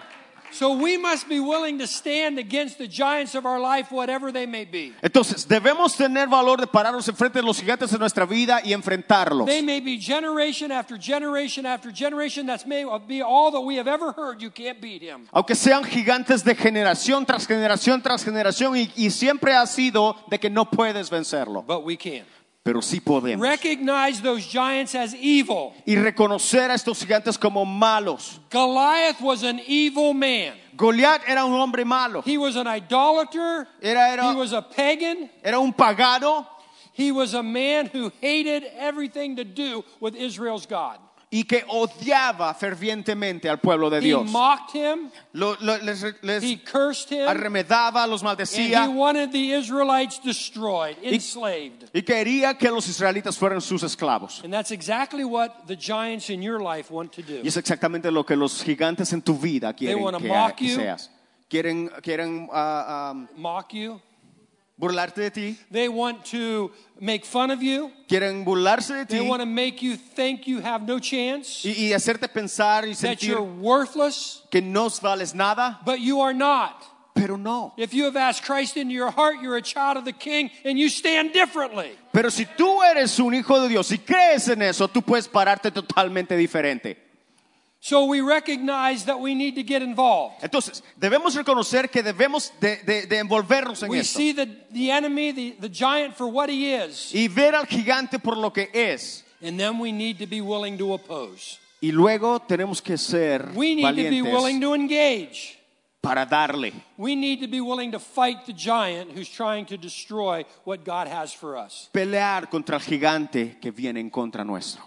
S8: so we must be willing to stand against the giants of our life, whatever they may be.
S4: Entonces, debemos tener valor de pararnos enfrente de los gigantes de nuestra vida y enfrentarlos.
S8: They may be generation after generation after generation. That's may be all that we have ever heard. You can't beat him.
S4: Aunque sean gigantes de generación tras generación tras generación y, y siempre ha sido de que no puedes vencerlo,
S8: But we can.
S4: pero sí podemos.
S8: Recognize those giants as evil.
S4: y reconocer a estos gigantes como malos.
S8: Goliath was an evil man.
S4: Goliat era un hombre malo,
S8: He was an idolater.
S4: Era- era-
S8: He was a pagan.
S4: era un pagano
S8: He was a man who hated everything to do with Israel's God.
S4: y que odiaba fervientemente al pueblo de
S8: He
S4: Dios.
S8: mocked him.
S4: Lo- lo- les les
S8: He cursed him.
S4: arremedaba, los
S8: And he
S4: maldecía
S8: wanted the Israelites destroyed, enslaved.
S4: y quería que los israelitas fueran sus esclavos.
S8: And that's exactly what the giants in your life want to do.
S4: Y es exactamente lo que los gigantes en tu vida quieren
S8: wanna
S4: que,
S8: mock
S4: que
S8: you.
S4: seas. Quieren, quieren ah, ah,
S8: mock you.
S4: burlarte de ti.
S8: They want to make fun of you.
S4: Quieren burlarse de
S8: They
S4: ti
S8: want to make you think you have no chance,
S4: y, y hacerte pensar y
S8: that
S4: sentir
S8: you're worthless,
S4: que no vales nada,
S8: but you are not.
S4: pero no.
S8: If you have asked Christ into your heart, you're a child of the King and you stand differently.
S4: Pero si tú eres un hijo de Dios y crees en eso, tú puedes pararte totalmente diferente.
S8: So we recognize that we need to get involved.
S4: Entonces, debemos reconocer que debemos de, de- de envolvernos en
S8: We
S4: esto
S8: see the, the enemy, the, the giant, for what he is,
S4: y ver al gigante por lo que es.
S8: and then we need to be willing to oppose.
S4: Y luego tenemos que ser
S8: We need to be willing
S4: valientes
S8: to engage.
S4: para darle.
S8: We need to be willing to fight the giant who's trying to destroy what God has for us.
S4: Pelear contra el gigante que viene en contra nuestro.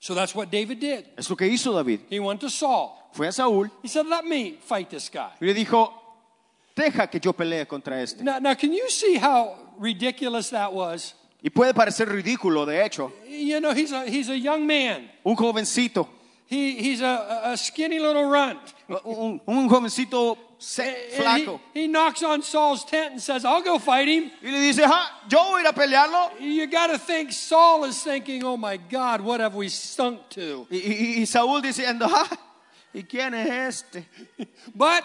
S8: So that's what David did.
S4: Es lo que hizo David.
S8: He went to Saul.
S4: Fue a Saúl
S8: He said, Let me fight this guy.
S4: y le dijo, Deja que yo pelee contra este.
S8: Now, now, can you see how ridiculous that was?
S4: Y puede parecer ridículo, de hecho.
S8: You know, he's a, he's a young man.
S4: Un jovencito,
S8: He, he's a- a, a skinny little runt.
S4: un, un jovencito se-
S8: And
S4: flaco.
S8: He, he knocks on Saul's tent and says, I'll go fight him.
S4: Y le dice, "Ja, yo voy a ir a pelearlo.
S8: You got to think Saul is thinking, oh my God, what have we stunk to?
S4: Y, y- y Saúl diciendo, "Ja, ¿y quién es este?
S8: But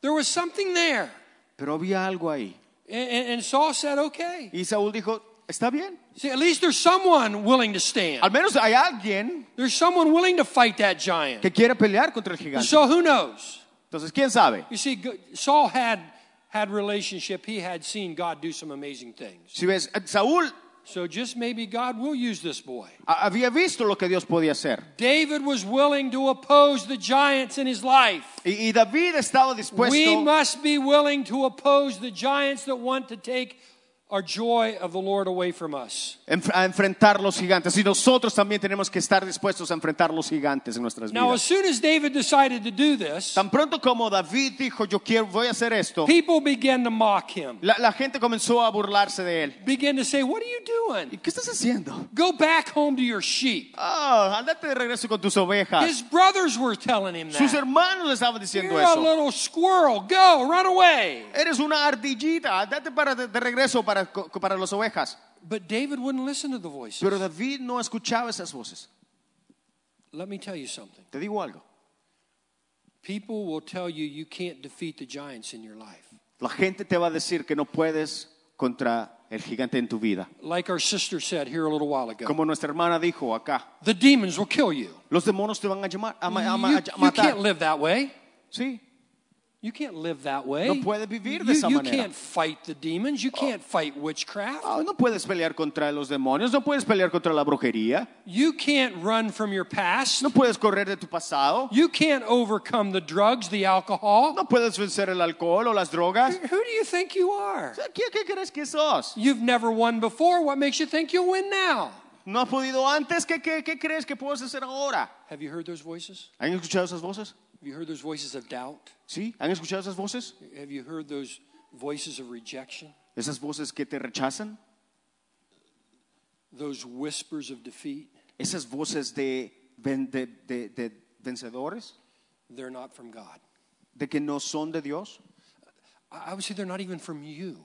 S8: there was something there.
S4: Pero había algo ahí.
S8: And, and- and Saul said, okay.
S4: Y Saúl dijo, está bien.
S8: See, at least there's someone willing to stand.
S4: Al menos hay alguien
S8: There's someone willing to fight that giant.
S4: que quiere pelear contra el gigante.
S8: So who knows?
S4: Entonces, ¿quién sabe?
S8: You see, G- Saul had had relationship. He had seen God do some amazing things.
S4: Si ves, eh, Saúl
S8: So just maybe God will use this boy.
S4: a- había visto lo que Dios podía hacer.
S8: David was willing to oppose the giants in his life.
S4: Y, y David estaba
S8: we
S4: dispuesto
S8: must be willing to oppose the giants that want to take our joy of the Lord away from us.
S4: enf- a enfrentar los gigantes. Y nosotros también tenemos que estar dispuestos a enfrentar los gigantes en nuestras
S8: Now,
S4: vidas.
S8: as soon as David decided to do this,
S4: Tan pronto como David dijo, yo quiero, voy a hacer esto,
S8: people began to mock him,
S4: la, la gente comenzó a burlarse de él.
S8: began to say, What are you
S4: ¿Y
S8: doing?
S4: qué estás haciendo?
S8: Go back home to your sheep.
S4: Ah, andate de regreso con tus ovejas.
S8: His brothers were telling him
S4: Ah. Sus
S8: that.
S4: hermanos le estaban diciendo
S8: You're a
S4: eso.
S8: little squirrel. Go, run away.
S4: Eres una ardillita, andate para de, de regreso para, co- para las ovejas.
S8: But David wouldn't listen to the voices.
S4: Pero David no escuchaba esas voces.
S8: Let me tell you something.
S4: Te digo algo.
S8: People will tell you you can't defeat the giants in your life.
S4: La gente te va a decir que no puedes contra el gigante en tu vida.
S8: Like our sister said here a little while ago.
S4: Como nuestra hermana dijo acá,
S8: The demons will kill you.
S4: los demonios te van a llamar a, ma- a ma-
S8: you,
S4: a
S8: you
S4: matar.
S8: can't live that way.
S4: Sí,
S8: You can't live that way.
S4: No puede vivir de
S8: you,
S4: esa
S8: you
S4: manera. Oh.
S8: can't fight the demons. You can't fight witchcraft.
S4: Ah, no puedes pelear contra los demonios, no puedes pelear contra la brujería,
S8: You can't run from your past.
S4: no puedes correr de tu pasado,
S8: You can't overcome the drugs, the alcohol.
S4: no puedes vencer el alcohol o las drogas.
S8: Who do you think you are?
S4: ¿Qué, qué crees que sos?
S8: You've never won before. What makes you think you'll win now?
S4: ¿No has podido antes? ¿Qué, qué, qué crees que puedes hacer ahora?
S8: Have you heard those voices?
S4: ¿Han escuchado esas voces?
S8: Have you heard those voices of doubt?
S4: ¿Sí? ¿Han escuchado esas voces?
S8: Have you heard those voices of rejection?
S4: ¿Esas voces que te rechazan?
S8: Those whispers of defeat?
S4: ¿Esas voces de, ven- de- de- de vencedores?
S8: They're not from God.
S4: ¿De que no son de Dios?
S8: I I would say they're not even from you.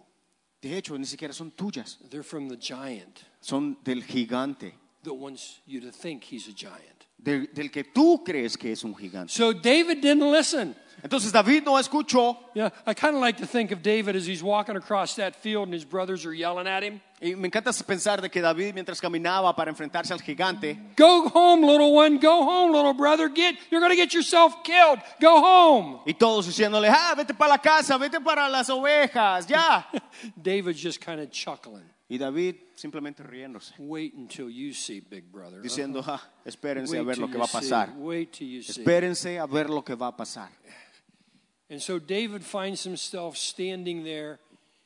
S4: De hecho, ni siquiera son tuyas,
S8: They're from the giant
S4: son del gigante,
S8: that wants you to think he's a giant.
S4: del, del que tú crees que es un gigante.
S8: So David didn't listen.
S4: Entonces David no escuchó
S8: Yeah, I kind of like to think of David as he's walking across that field and his brothers are yelling at him,
S4: Y me encanta pensar de que David mientras caminaba para enfrentarse al gigante,
S8: "Go home, little one. Go home, little brother. Get you're going to get yourself killed. Go home."
S4: y todos diciéndole, ah, vete para la casa, vete para las ovejas, ya.
S8: David's just kind of chuckling.
S4: Y David simplemente riéndose,
S8: Wait until you see, big brother.
S4: diciendo, ah, espérense
S8: Wait
S4: a ver
S8: till
S4: lo que
S8: you
S4: va a
S8: see.
S4: pasar.
S8: Wait till you see.
S4: Espérense a ver lo que va a pasar.
S8: And so David finds himself standing there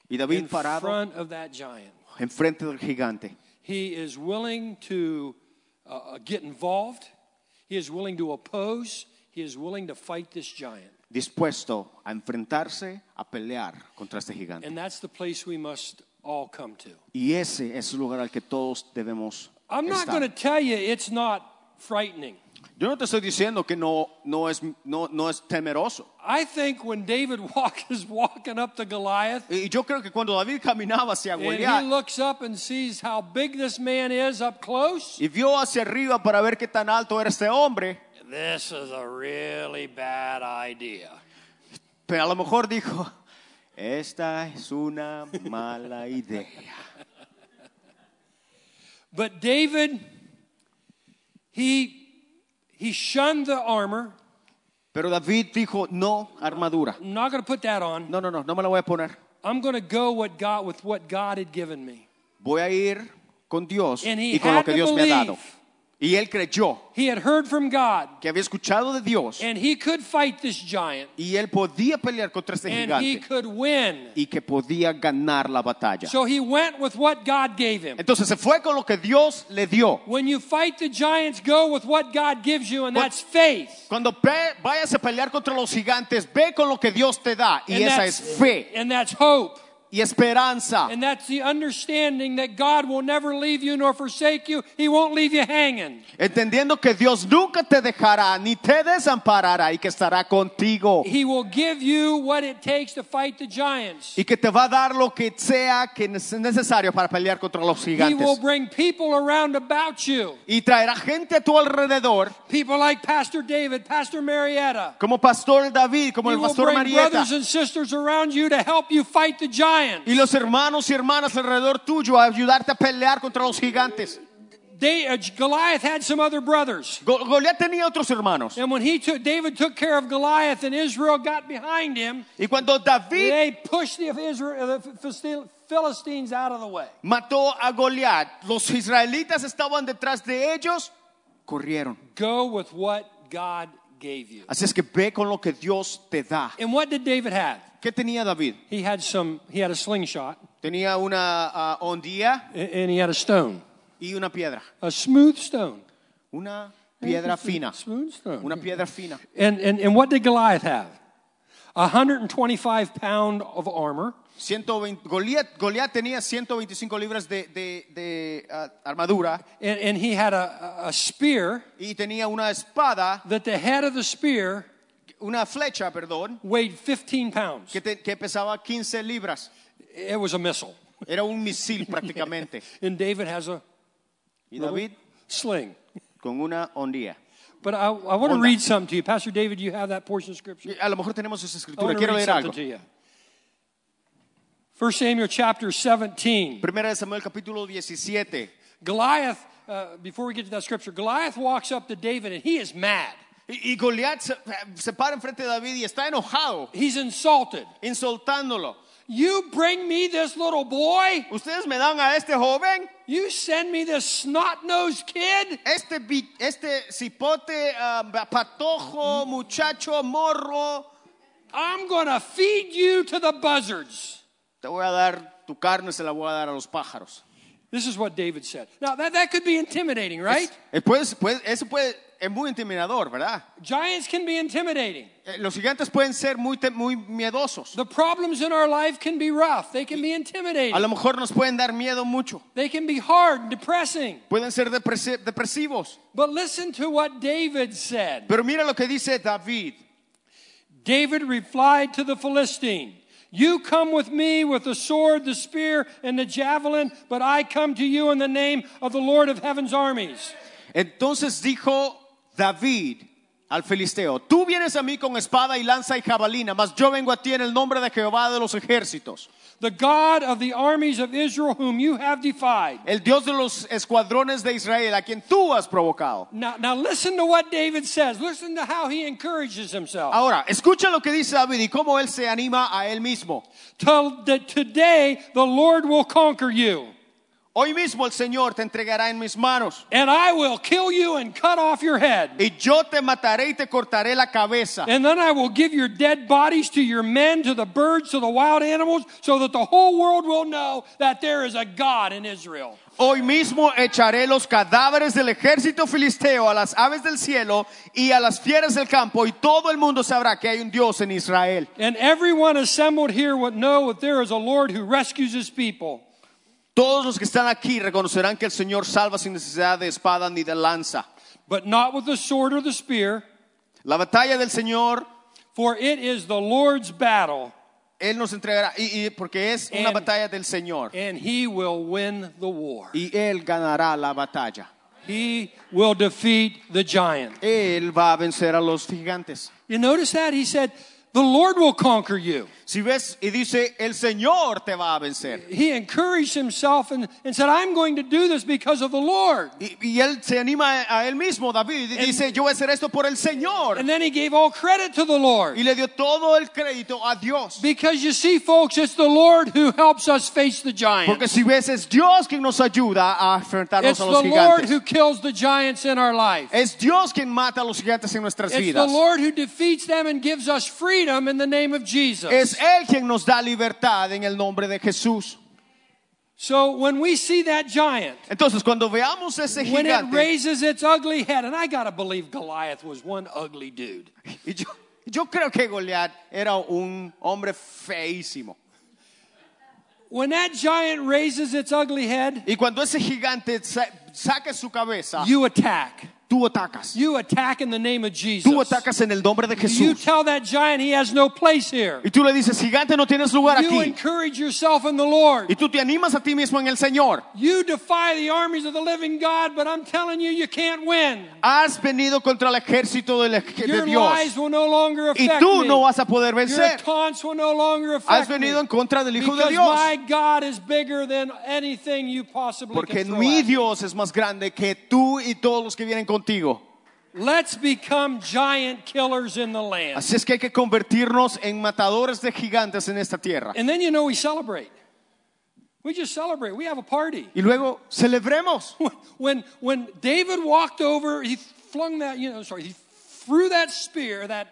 S4: Y
S8: in
S4: David parado
S8: front of that giant.
S4: enfrente del gigante.
S8: He is willing to uh, get involved. He is willing to oppose. He is willing to fight this giant.
S4: dispuesto a enfrentarse, a pelear contra este gigante.
S8: And that's the place we must all come to.
S4: Y ese es el lugar al que todos debemos
S8: I'm not going to
S4: estar.
S8: tell you it's not frightening.
S4: Yo no te estoy diciendo que no, no, es, no, no es temeroso.
S8: I think when David walk, is walking up to Goliath,
S4: Y yo creo que cuando David caminaba hacia
S8: and he
S4: Goliat
S8: looks up and sees how big this man is up close,
S4: y vio hacia arriba para ver qué tan alto era este hombre,
S8: this is a really bad idea.
S4: pero a lo mejor dijo, esta es una mala idea.
S8: But David, he, he shunned the armor.
S4: Pero David dijo, no, armadura.
S8: I'm not going to put that on.
S4: No, no, no, no me la voy a poner.
S8: I'm going to go what God, with what God had given me.
S4: Voy a ir con Dios
S8: And he
S4: y con lo
S8: had
S4: que
S8: to
S4: Dios me ha dado.
S8: believe.
S4: Y él creyó
S8: He had heard from God,
S4: que había escuchado de Dios
S8: and he could fight this giant,
S4: y él podía pelear contra este
S8: and he
S4: gigante
S8: could win.
S4: y que podía ganar la batalla.
S8: So he went with what God gave him.
S4: Entonces se fue con lo que Dios le dio.
S8: When you fight the giants, go with what God gives you, and
S4: What-
S8: that's faith.
S4: Cuando pe- vayas a pelear contra los gigantes, ve con lo que Dios te da y
S8: And
S4: esa
S8: that's-
S4: es fe
S8: And that's hope.
S4: y esperanza.
S8: And that's the understanding that God will never leave you nor forsake you. He won't leave you hanging.
S4: Entendiendo que Dios nunca te dejará ni te desamparará y que estará contigo
S8: He will give you what it takes to fight the giants.
S4: y que te va a dar lo que sea que es necesario para pelear contra los
S8: He will
S4: gigantes.
S8: bring people around about you.
S4: Y traerá gente a tu alrededor,
S8: People like Pastor David, Pastor Marietta.
S4: como Pastor David, como
S8: He
S4: el
S8: will
S4: Pastor
S8: bring
S4: Marieta,
S8: brothers and sisters around you to help you fight the giants.
S4: y los hermanos y hermanas alrededor tuyo a ayudarte a pelear contra los gigantes.
S8: They, uh, Goliath had some other brothers.
S4: Go- Goliat tenía otros hermanos.
S8: And when he took, David took care of Goliath and Israel got behind him,
S4: Y cuando David
S8: they pushed the, Israel, the Philistine- Philistines out of the way.
S4: mató a Goliat, los israelitas estaban detrás de ellos, corrieron.
S8: Go with what God gave you.
S4: Así es que ve con lo que Dios te da.
S8: And what did David have?
S4: ¿Qué tenía David?
S8: He had some. He had a slingshot
S4: Tenía una ah, hondía
S8: a- and he had a stone,
S4: y una piedra.
S8: a smooth stone.
S4: Una piedra fina.
S8: Smooth stone.
S4: Una piedra fina.
S8: And, and, and what did Goliath have? 125 pound of armor,
S4: 120, Goliat, Goliat tenía 125 libras de, de- de, ah, armadura
S8: and, and he had a, a- a spear
S4: y tenía una espada,
S8: that the head of the spear
S4: una flecha, perdón,
S8: weighed 15 pounds.
S4: que, te- que pesaba 15 libras.
S8: It was a missile.
S4: Era un misil prácticamente.
S8: And David has a
S4: Y David
S8: sling.
S4: con una hondía.
S8: But I, I want to
S4: Onda.
S8: read something to you. Pastor David, you have that portion of scripture?
S4: A lo mejor tenemos esa
S8: I
S4: escritura.
S8: want to
S4: Quiero
S8: read
S4: leer
S8: something
S4: algo.
S8: to you. 1 Samuel chapter 17.
S4: Primera de Samuel capítulo 17.
S8: Goliath, uh, before we get to that scripture, Goliath walks up to David and he is mad.
S4: Y, y Goliat se, se para enfrente de David y está enojado,
S8: He's insulted.
S4: insultándolo.
S8: You bring me this little boy?
S4: Ustedes me dan a este joven,
S8: You send me this snot nosed kid?
S4: este, bi- este cipote, ah, patojo, muchacho, morro.
S8: I'm going to feed you to the buzzards.
S4: Te voy a dar tu carne, se la voy a dar a los pájaros.
S8: This is what David said. Now, that, that could be intimidating, right?
S4: Eh, pues- pues, eso puede, es muy intimidador, ¿verdad?
S8: Giants can be intimidating.
S4: Eh, los gigantes pueden ser muy, te- muy miedosos.
S8: The problems in our life can be rough, they can be intimidating,
S4: A lo mejor nos pueden dar miedo mucho.
S8: they can be hard and depressing.
S4: Pueden ser depresi- depresivos.
S8: But listen to what David said.
S4: Pero mira lo que dice David.
S8: David replied to the Philistine, You come with me with the sword, the spear, and the javelin, but I come to you in the name of the Lord of heaven's armies.
S4: Entonces dijo David al filisteo, tú vienes a mí con espada y lanza y jabalina, mas yo vengo a ti en el nombre de Jehová de los ejércitos,
S8: The God of the armies of Israel, whom you have defied.
S4: el Dios de los escuadrones de Israel, a quien tú has provocado.
S8: Now, now listen to what David says. Listen to how he encourages himself.
S4: Ahora, escucha lo que dice David y cómo él se anima a él mismo.
S8: Till the- Today the Lord will conquer you,
S4: Hoy mismo el Señor te entregará en mis manos
S8: and I will kill you and cut off your head.
S4: y yo te mataré y te cortaré la cabeza.
S8: And then I will give your dead bodies to your men, to the birds, to the wild animals, so that the whole world will know that there is a God in Israel.
S4: Hoy mismo echaré los cadáveres del ejército filisteo a las aves del cielo y a las fieras del campo y todo el mundo sabrá que hay un Dios en Israel.
S8: And everyone assembled here would know that there is a Lord who rescues his people.
S4: Todos los que están aquí reconocerán que el Señor salva sin necesidad de espada ni de lanza.
S8: but not with the sword or the spear,
S4: La batalla del Señor
S8: for it is the Lord's battle,
S4: Él nos entregará, y, y- porque es una
S8: And-
S4: batalla del Señor.
S8: and he will win the war.
S4: Y Él ganará la batalla.
S8: He will defeat the giant.
S4: Él va a vencer a los gigantes.
S8: You notice that? He said, The Lord will conquer you.
S4: Si ves y dice, el Señor te va a vencer.
S8: He encouraged himself and, and said, I'm going to do this because of the Lord.
S4: Y, y él se anima a a él mismo, David, y dice, yo voy a hacer esto por el Señor.
S8: And then he gave all credit to the Lord.
S4: Y le dio todo el crédito a Dios.
S8: Because you see, folks, it's the Lord who helps us face the
S4: Porque
S8: giants.
S4: si ves, es Dios quien nos ayuda a enfrentarnos
S8: It's
S4: a
S8: the
S4: los
S8: Lord
S4: gigantes.
S8: who kills the giants in our life.
S4: Es Dios quien mata a los gigantes en nuestras
S8: It's the
S4: vidas.
S8: Lord who defeats them and gives us freedom in the name of
S4: Es
S8: Jesus.
S4: Él quien nos da libertad en el nombre de Jesús.
S8: So when we see that giant,
S4: Entonces, cuando veamos ese
S8: when it
S4: gigante,
S8: raises its ugly head, and I gotta believe Goliath was one ugly dude.
S4: y yo, yo creo que Goliat era un hombre feísimo.
S8: When that giant raises its ugly head,
S4: Y cuando ese gigante sa- saque su cabeza,
S8: you attack.
S4: tú atacas.
S8: You attack in the name of Jesus.
S4: Tú atacas en el nombre de
S8: You
S4: Jesús.
S8: tell that giant he has no place here.
S4: Y tú le dices, gigante, no tienes lugar
S8: You
S4: aquí.
S8: encourage yourself in the Lord.
S4: Y tú te animas a ti mismo en el Señor.
S8: You defy the armies of the living God, but I'm telling you, you can't win.
S4: Has venido contra el ejército del ej- de
S8: Your
S4: Dios.
S8: lies will no longer
S4: Y
S8: affect
S4: tú
S8: me.
S4: no vas a poder
S8: Your
S4: vencer.
S8: taunts will no longer affect
S4: Has venido
S8: me.
S4: en contra del Hijo de
S8: because
S4: Dios.
S8: my God is bigger than anything you possibly
S4: Porque
S8: can throw
S4: mi
S8: at me.
S4: Dios es más grande que tú y todos los que vienen contigo.
S8: Let's become giant killers in the land.
S4: Así es que hay que convertirnos en matadores de gigantes en esta tierra.
S8: And then you know we celebrate. We just celebrate. We have a party.
S4: Y luego celebremos.
S8: when when David walked over, he flung that, you know, sorry, he threw that spear, that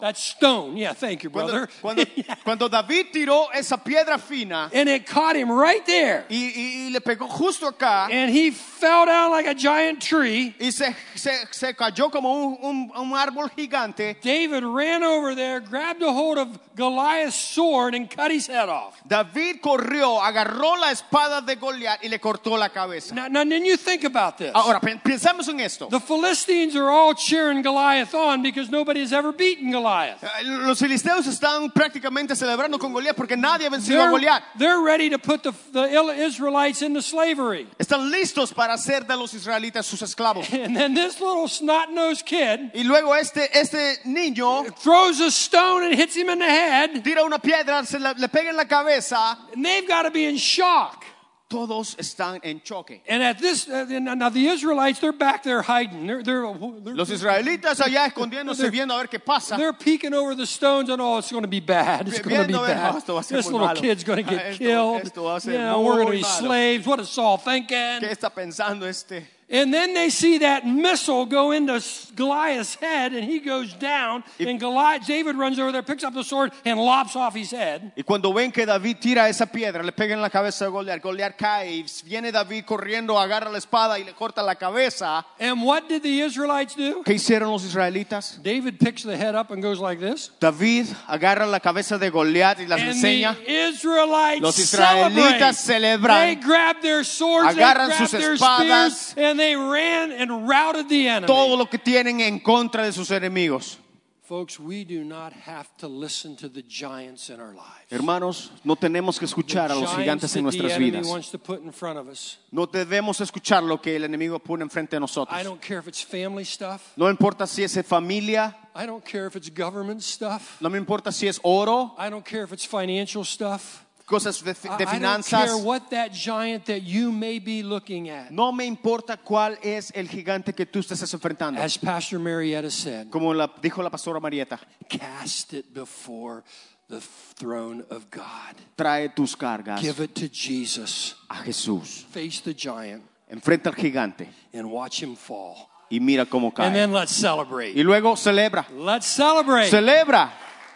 S8: that stone. Yeah, thank you,
S4: Cuando,
S8: brother.
S4: cuando- cuando David tiró esa piedra fina
S8: and it caught him right there.
S4: y, y- y le pegó justo acá
S8: And he fell down like a giant tree.
S4: y se, se- se cayó como un, un- un árbol gigante,
S8: David ran over there, grabbed a hold of Goliath's sword, and cut his head off.
S4: David corrió, agarró la espada de Goliat y le cortó la cabeza.
S8: Now, now then you think about this.
S4: Ahora, pen- pensemos en esto.
S8: The Philistines are all cheering Goliath on because nobody has ever beaten Goliath.
S4: Eh, Los filisteos están prácticamente celebrando con Goliat porque nadie ha vencido a
S8: They're,
S4: Goliat.
S8: they're ready to put the, the Israelites into slavery.
S4: Están listos para hacer de los israelitas sus esclavos.
S8: And then this little snot nosed kid
S4: Y luego este, este niño
S8: throws a stone and hits him in the head,
S4: tira una piedra, se la- le pega en la cabeza.
S8: and they've got to be in shock.
S4: Todos están en choque.
S8: And at this, uh, now the Israelites, they're back there hiding. They're, they're, they're,
S4: Los israelitas allá escondiéndose, viendo a ver qué pasa.
S8: they're peeking over the stones, and oh, it's going to be bad. It's going to be
S4: Viendo a ver, "Ah,
S8: bad.
S4: esto va a ser
S8: This
S4: muy
S8: little
S4: malo.
S8: kid's going to
S4: Ah,
S8: get
S4: esto-
S8: killed.
S4: esto va a ser
S8: you know, we're going to
S4: muy
S8: be
S4: malo."
S8: slaves. What is Saul thinking?
S4: ¿Qué está pensando este?
S8: And then they see that missile go into S- Goliath's head, and he goes down. And Goliath, David runs over there, picks up the sword, and lops off his head.
S4: Y cuando ven que David tira esa piedra, le pega en la cabeza a Goliat. Goliat cae y viene David corriendo, agarra la espada y le corta la cabeza.
S8: And what did the Israelites do?
S4: ¿Qué hicieron los israelitas?
S8: David picks the head up and goes like this.
S4: David agarra la cabeza de Goliat y las
S8: And
S4: enseña.
S8: the Israelites
S4: Los israelitas
S8: celebrate.
S4: celebran.
S8: They grabbed their swords, they
S4: Agarran sus
S8: grabbed their
S4: espadas.
S8: spears, and they ran and routed the enemy.
S4: Todo lo que tienen en contra de sus enemigos.
S8: Folks, we do not have to listen to the giants in our lives.
S4: Hermanos, no tenemos que
S8: The
S4: escuchar a los
S8: giants
S4: gigantes en
S8: that the
S4: nuestras
S8: enemy
S4: vidas.
S8: wants to put in front of us.
S4: No debemos escuchar lo que el enemigo pone enfrente de
S8: I
S4: nosotros.
S8: don't care if it's family stuff.
S4: No importa si es familia,
S8: I don't care if it's government stuff.
S4: no me importa si es oro,
S8: I don't care if it's financial stuff.
S4: cosas de,
S8: I-
S4: de
S8: I don't care
S4: finanzas.
S8: what that giant that you may be looking at.
S4: No me importa cuál es el gigante que tú estés enfrentando.
S8: As Pastor Marietta said,
S4: Como la, dijo la pastora Marieta,
S8: cast it before the throne of God.
S4: trae tus cargas
S8: Give it to Jesus.
S4: a Jesús.
S8: Face the giant
S4: Enfrenta al gigante
S8: and watch him fall.
S4: y mira cómo
S8: And
S4: cae.
S8: then let's celebrate.
S4: Y luego celebra.
S8: Let's celebrate.
S4: Celebra,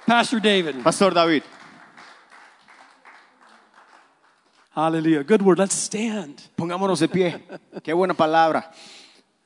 S8: Pastor David.
S4: Pastor David.
S9: Hallelujah. Good word. Let's stand.
S4: Pongámonos de pie. Qué buena palabra.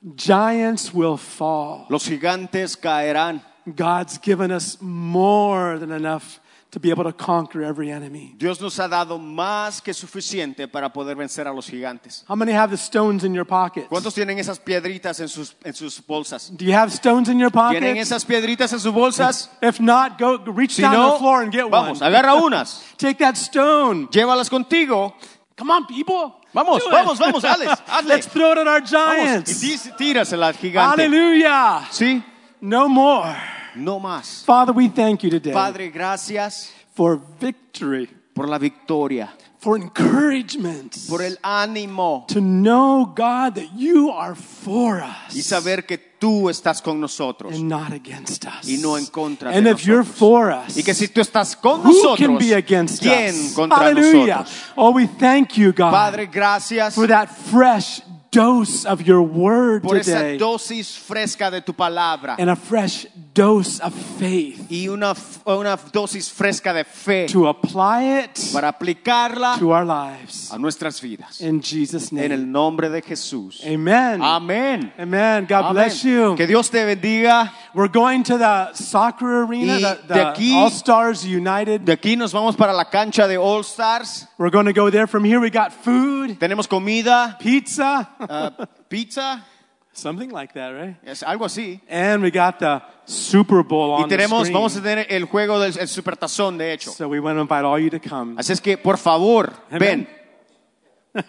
S9: Giants will fall.
S4: Los gigantes caerán.
S9: God's given us more than enough to be able to conquer every enemy.
S4: Dios nos ha dado más que suficiente para poder vencer a los gigantes.
S9: How many have the stones in your pockets?
S4: ¿Cuántos tienen esas piedritas en sus, en sus bolsas?
S9: Do you have stones in your
S4: ¿Tienen
S9: pockets?
S4: esas piedritas en sus bolsas?
S9: If not, go go reach
S4: Si
S9: down to
S4: no,
S9: the floor and get
S4: vamos,
S9: one.
S4: agarra unas,
S9: Take that stone.
S4: llévalas contigo.
S9: Come on, people.
S4: Vamos,
S9: Do it.
S4: vamos, vamos, Alex, hazle.
S9: Let's throw it at our
S4: Vamos, y
S9: giants.
S4: dis- tírasela al gigante.
S9: Hallelujah.
S4: ¿Sí?
S9: No more.
S4: No más.
S9: Father, we thank you today
S4: Padre, gracias
S9: for victory,
S4: por la victoria,
S9: for encouragement,
S4: por el ánimo
S9: to know, God, that you are for us
S4: y saber que tú estás con nosotros
S9: and not against us.
S4: y no en contra de
S9: and if you're
S4: nosotros.
S9: for us,
S4: Y que si tú estás con
S9: who can
S4: nosotros,
S9: be against
S4: ¿quién
S9: us?
S4: contra
S9: Hallelujah.
S4: nosotros?
S9: Oh, we thank you, God,
S4: Padre, gracias
S9: for that fresh dose of your word
S4: por esa
S9: today
S4: dosis fresca de tu palabra
S9: and a fresh dose of faith
S4: y una, f- una dosis fresca de fe
S9: to apply it
S4: para aplicarla
S9: to our lives.
S4: a nuestras vidas.
S9: In Jesus' name.
S4: En el nombre de Jesús.
S9: Amen.
S4: Amén.
S9: Amen. God
S4: Amén.
S9: bless you.
S4: Que Dios te bendiga.
S9: We're going to the soccer arena,
S4: Y
S9: the,
S4: de aquí-
S9: All Stars United.
S4: De aquí nos vamos para la cancha de All Stars.
S9: We're going to go there. From here, we got food,
S4: Tenemos comida,
S9: pizza,
S4: ah, pizza,
S9: something like that, right?
S4: es algo así.
S9: And we got the Super Bowl
S4: Y
S9: on the
S4: tenemos,
S9: screen.
S4: vamos a tener el juego del el supertazón, de hecho.
S9: So we want to invite all you to come.
S4: Así es que, por favor,
S9: Amen.
S4: ven.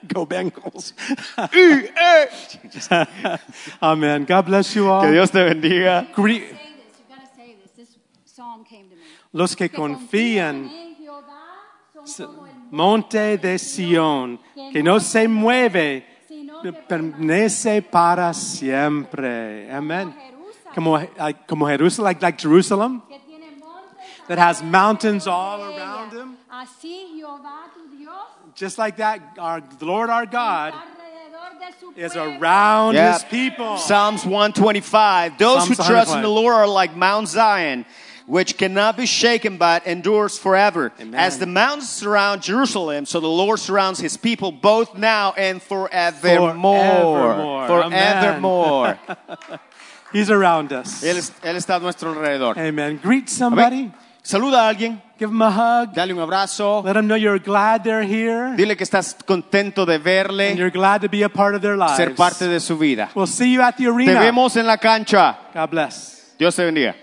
S9: go Bengals. Amen. God bless you all.
S4: Que Dios te bendiga.
S9: Gre-
S6: Say this. You gotta say this. This song came to me.
S9: Los que
S6: Que confían
S9: confían
S6: en Jehová son
S9: se-
S6: como el
S9: monte de Sion, que no se mueve, permanece para siempre. Amen. Como, like, como Jerusalem, like, like Jerusalem,
S6: que tiene montes
S9: that has mountains all
S6: alrededor de ella.
S9: around him.
S6: Así Jehová tu Dios
S9: Just like that, our the Lord, our God,
S6: está alrededor de su
S9: is
S6: pueblo.
S9: around
S4: Yeah.
S9: His people.
S4: Psalms 125. Those who
S9: Psalms
S4: trust in the
S9: 125.
S4: Lord are like Mount Zion, which cannot be shaken but endures forever.
S9: Amen.
S4: As the mountains surround Jerusalem, so the Lord surrounds his people both now and forevermore.
S9: Forevermore.
S4: Forevermore.
S9: He's around us.
S4: él, es- él está a nuestro alrededor.
S9: Amen. Greet
S4: A
S9: somebody.
S4: ver, saluda a alguien,
S9: Give them a hug.
S4: dale un abrazo,
S9: Let them know you're glad they're here
S4: dile que estás contento de
S9: and
S4: verle,
S9: you're glad to be a part of their lives.
S4: ser parte de su vida.
S9: We'll see you at the
S4: Te
S9: arena.
S4: vemos en la cancha.
S9: God bless.
S4: Dios te bendiga.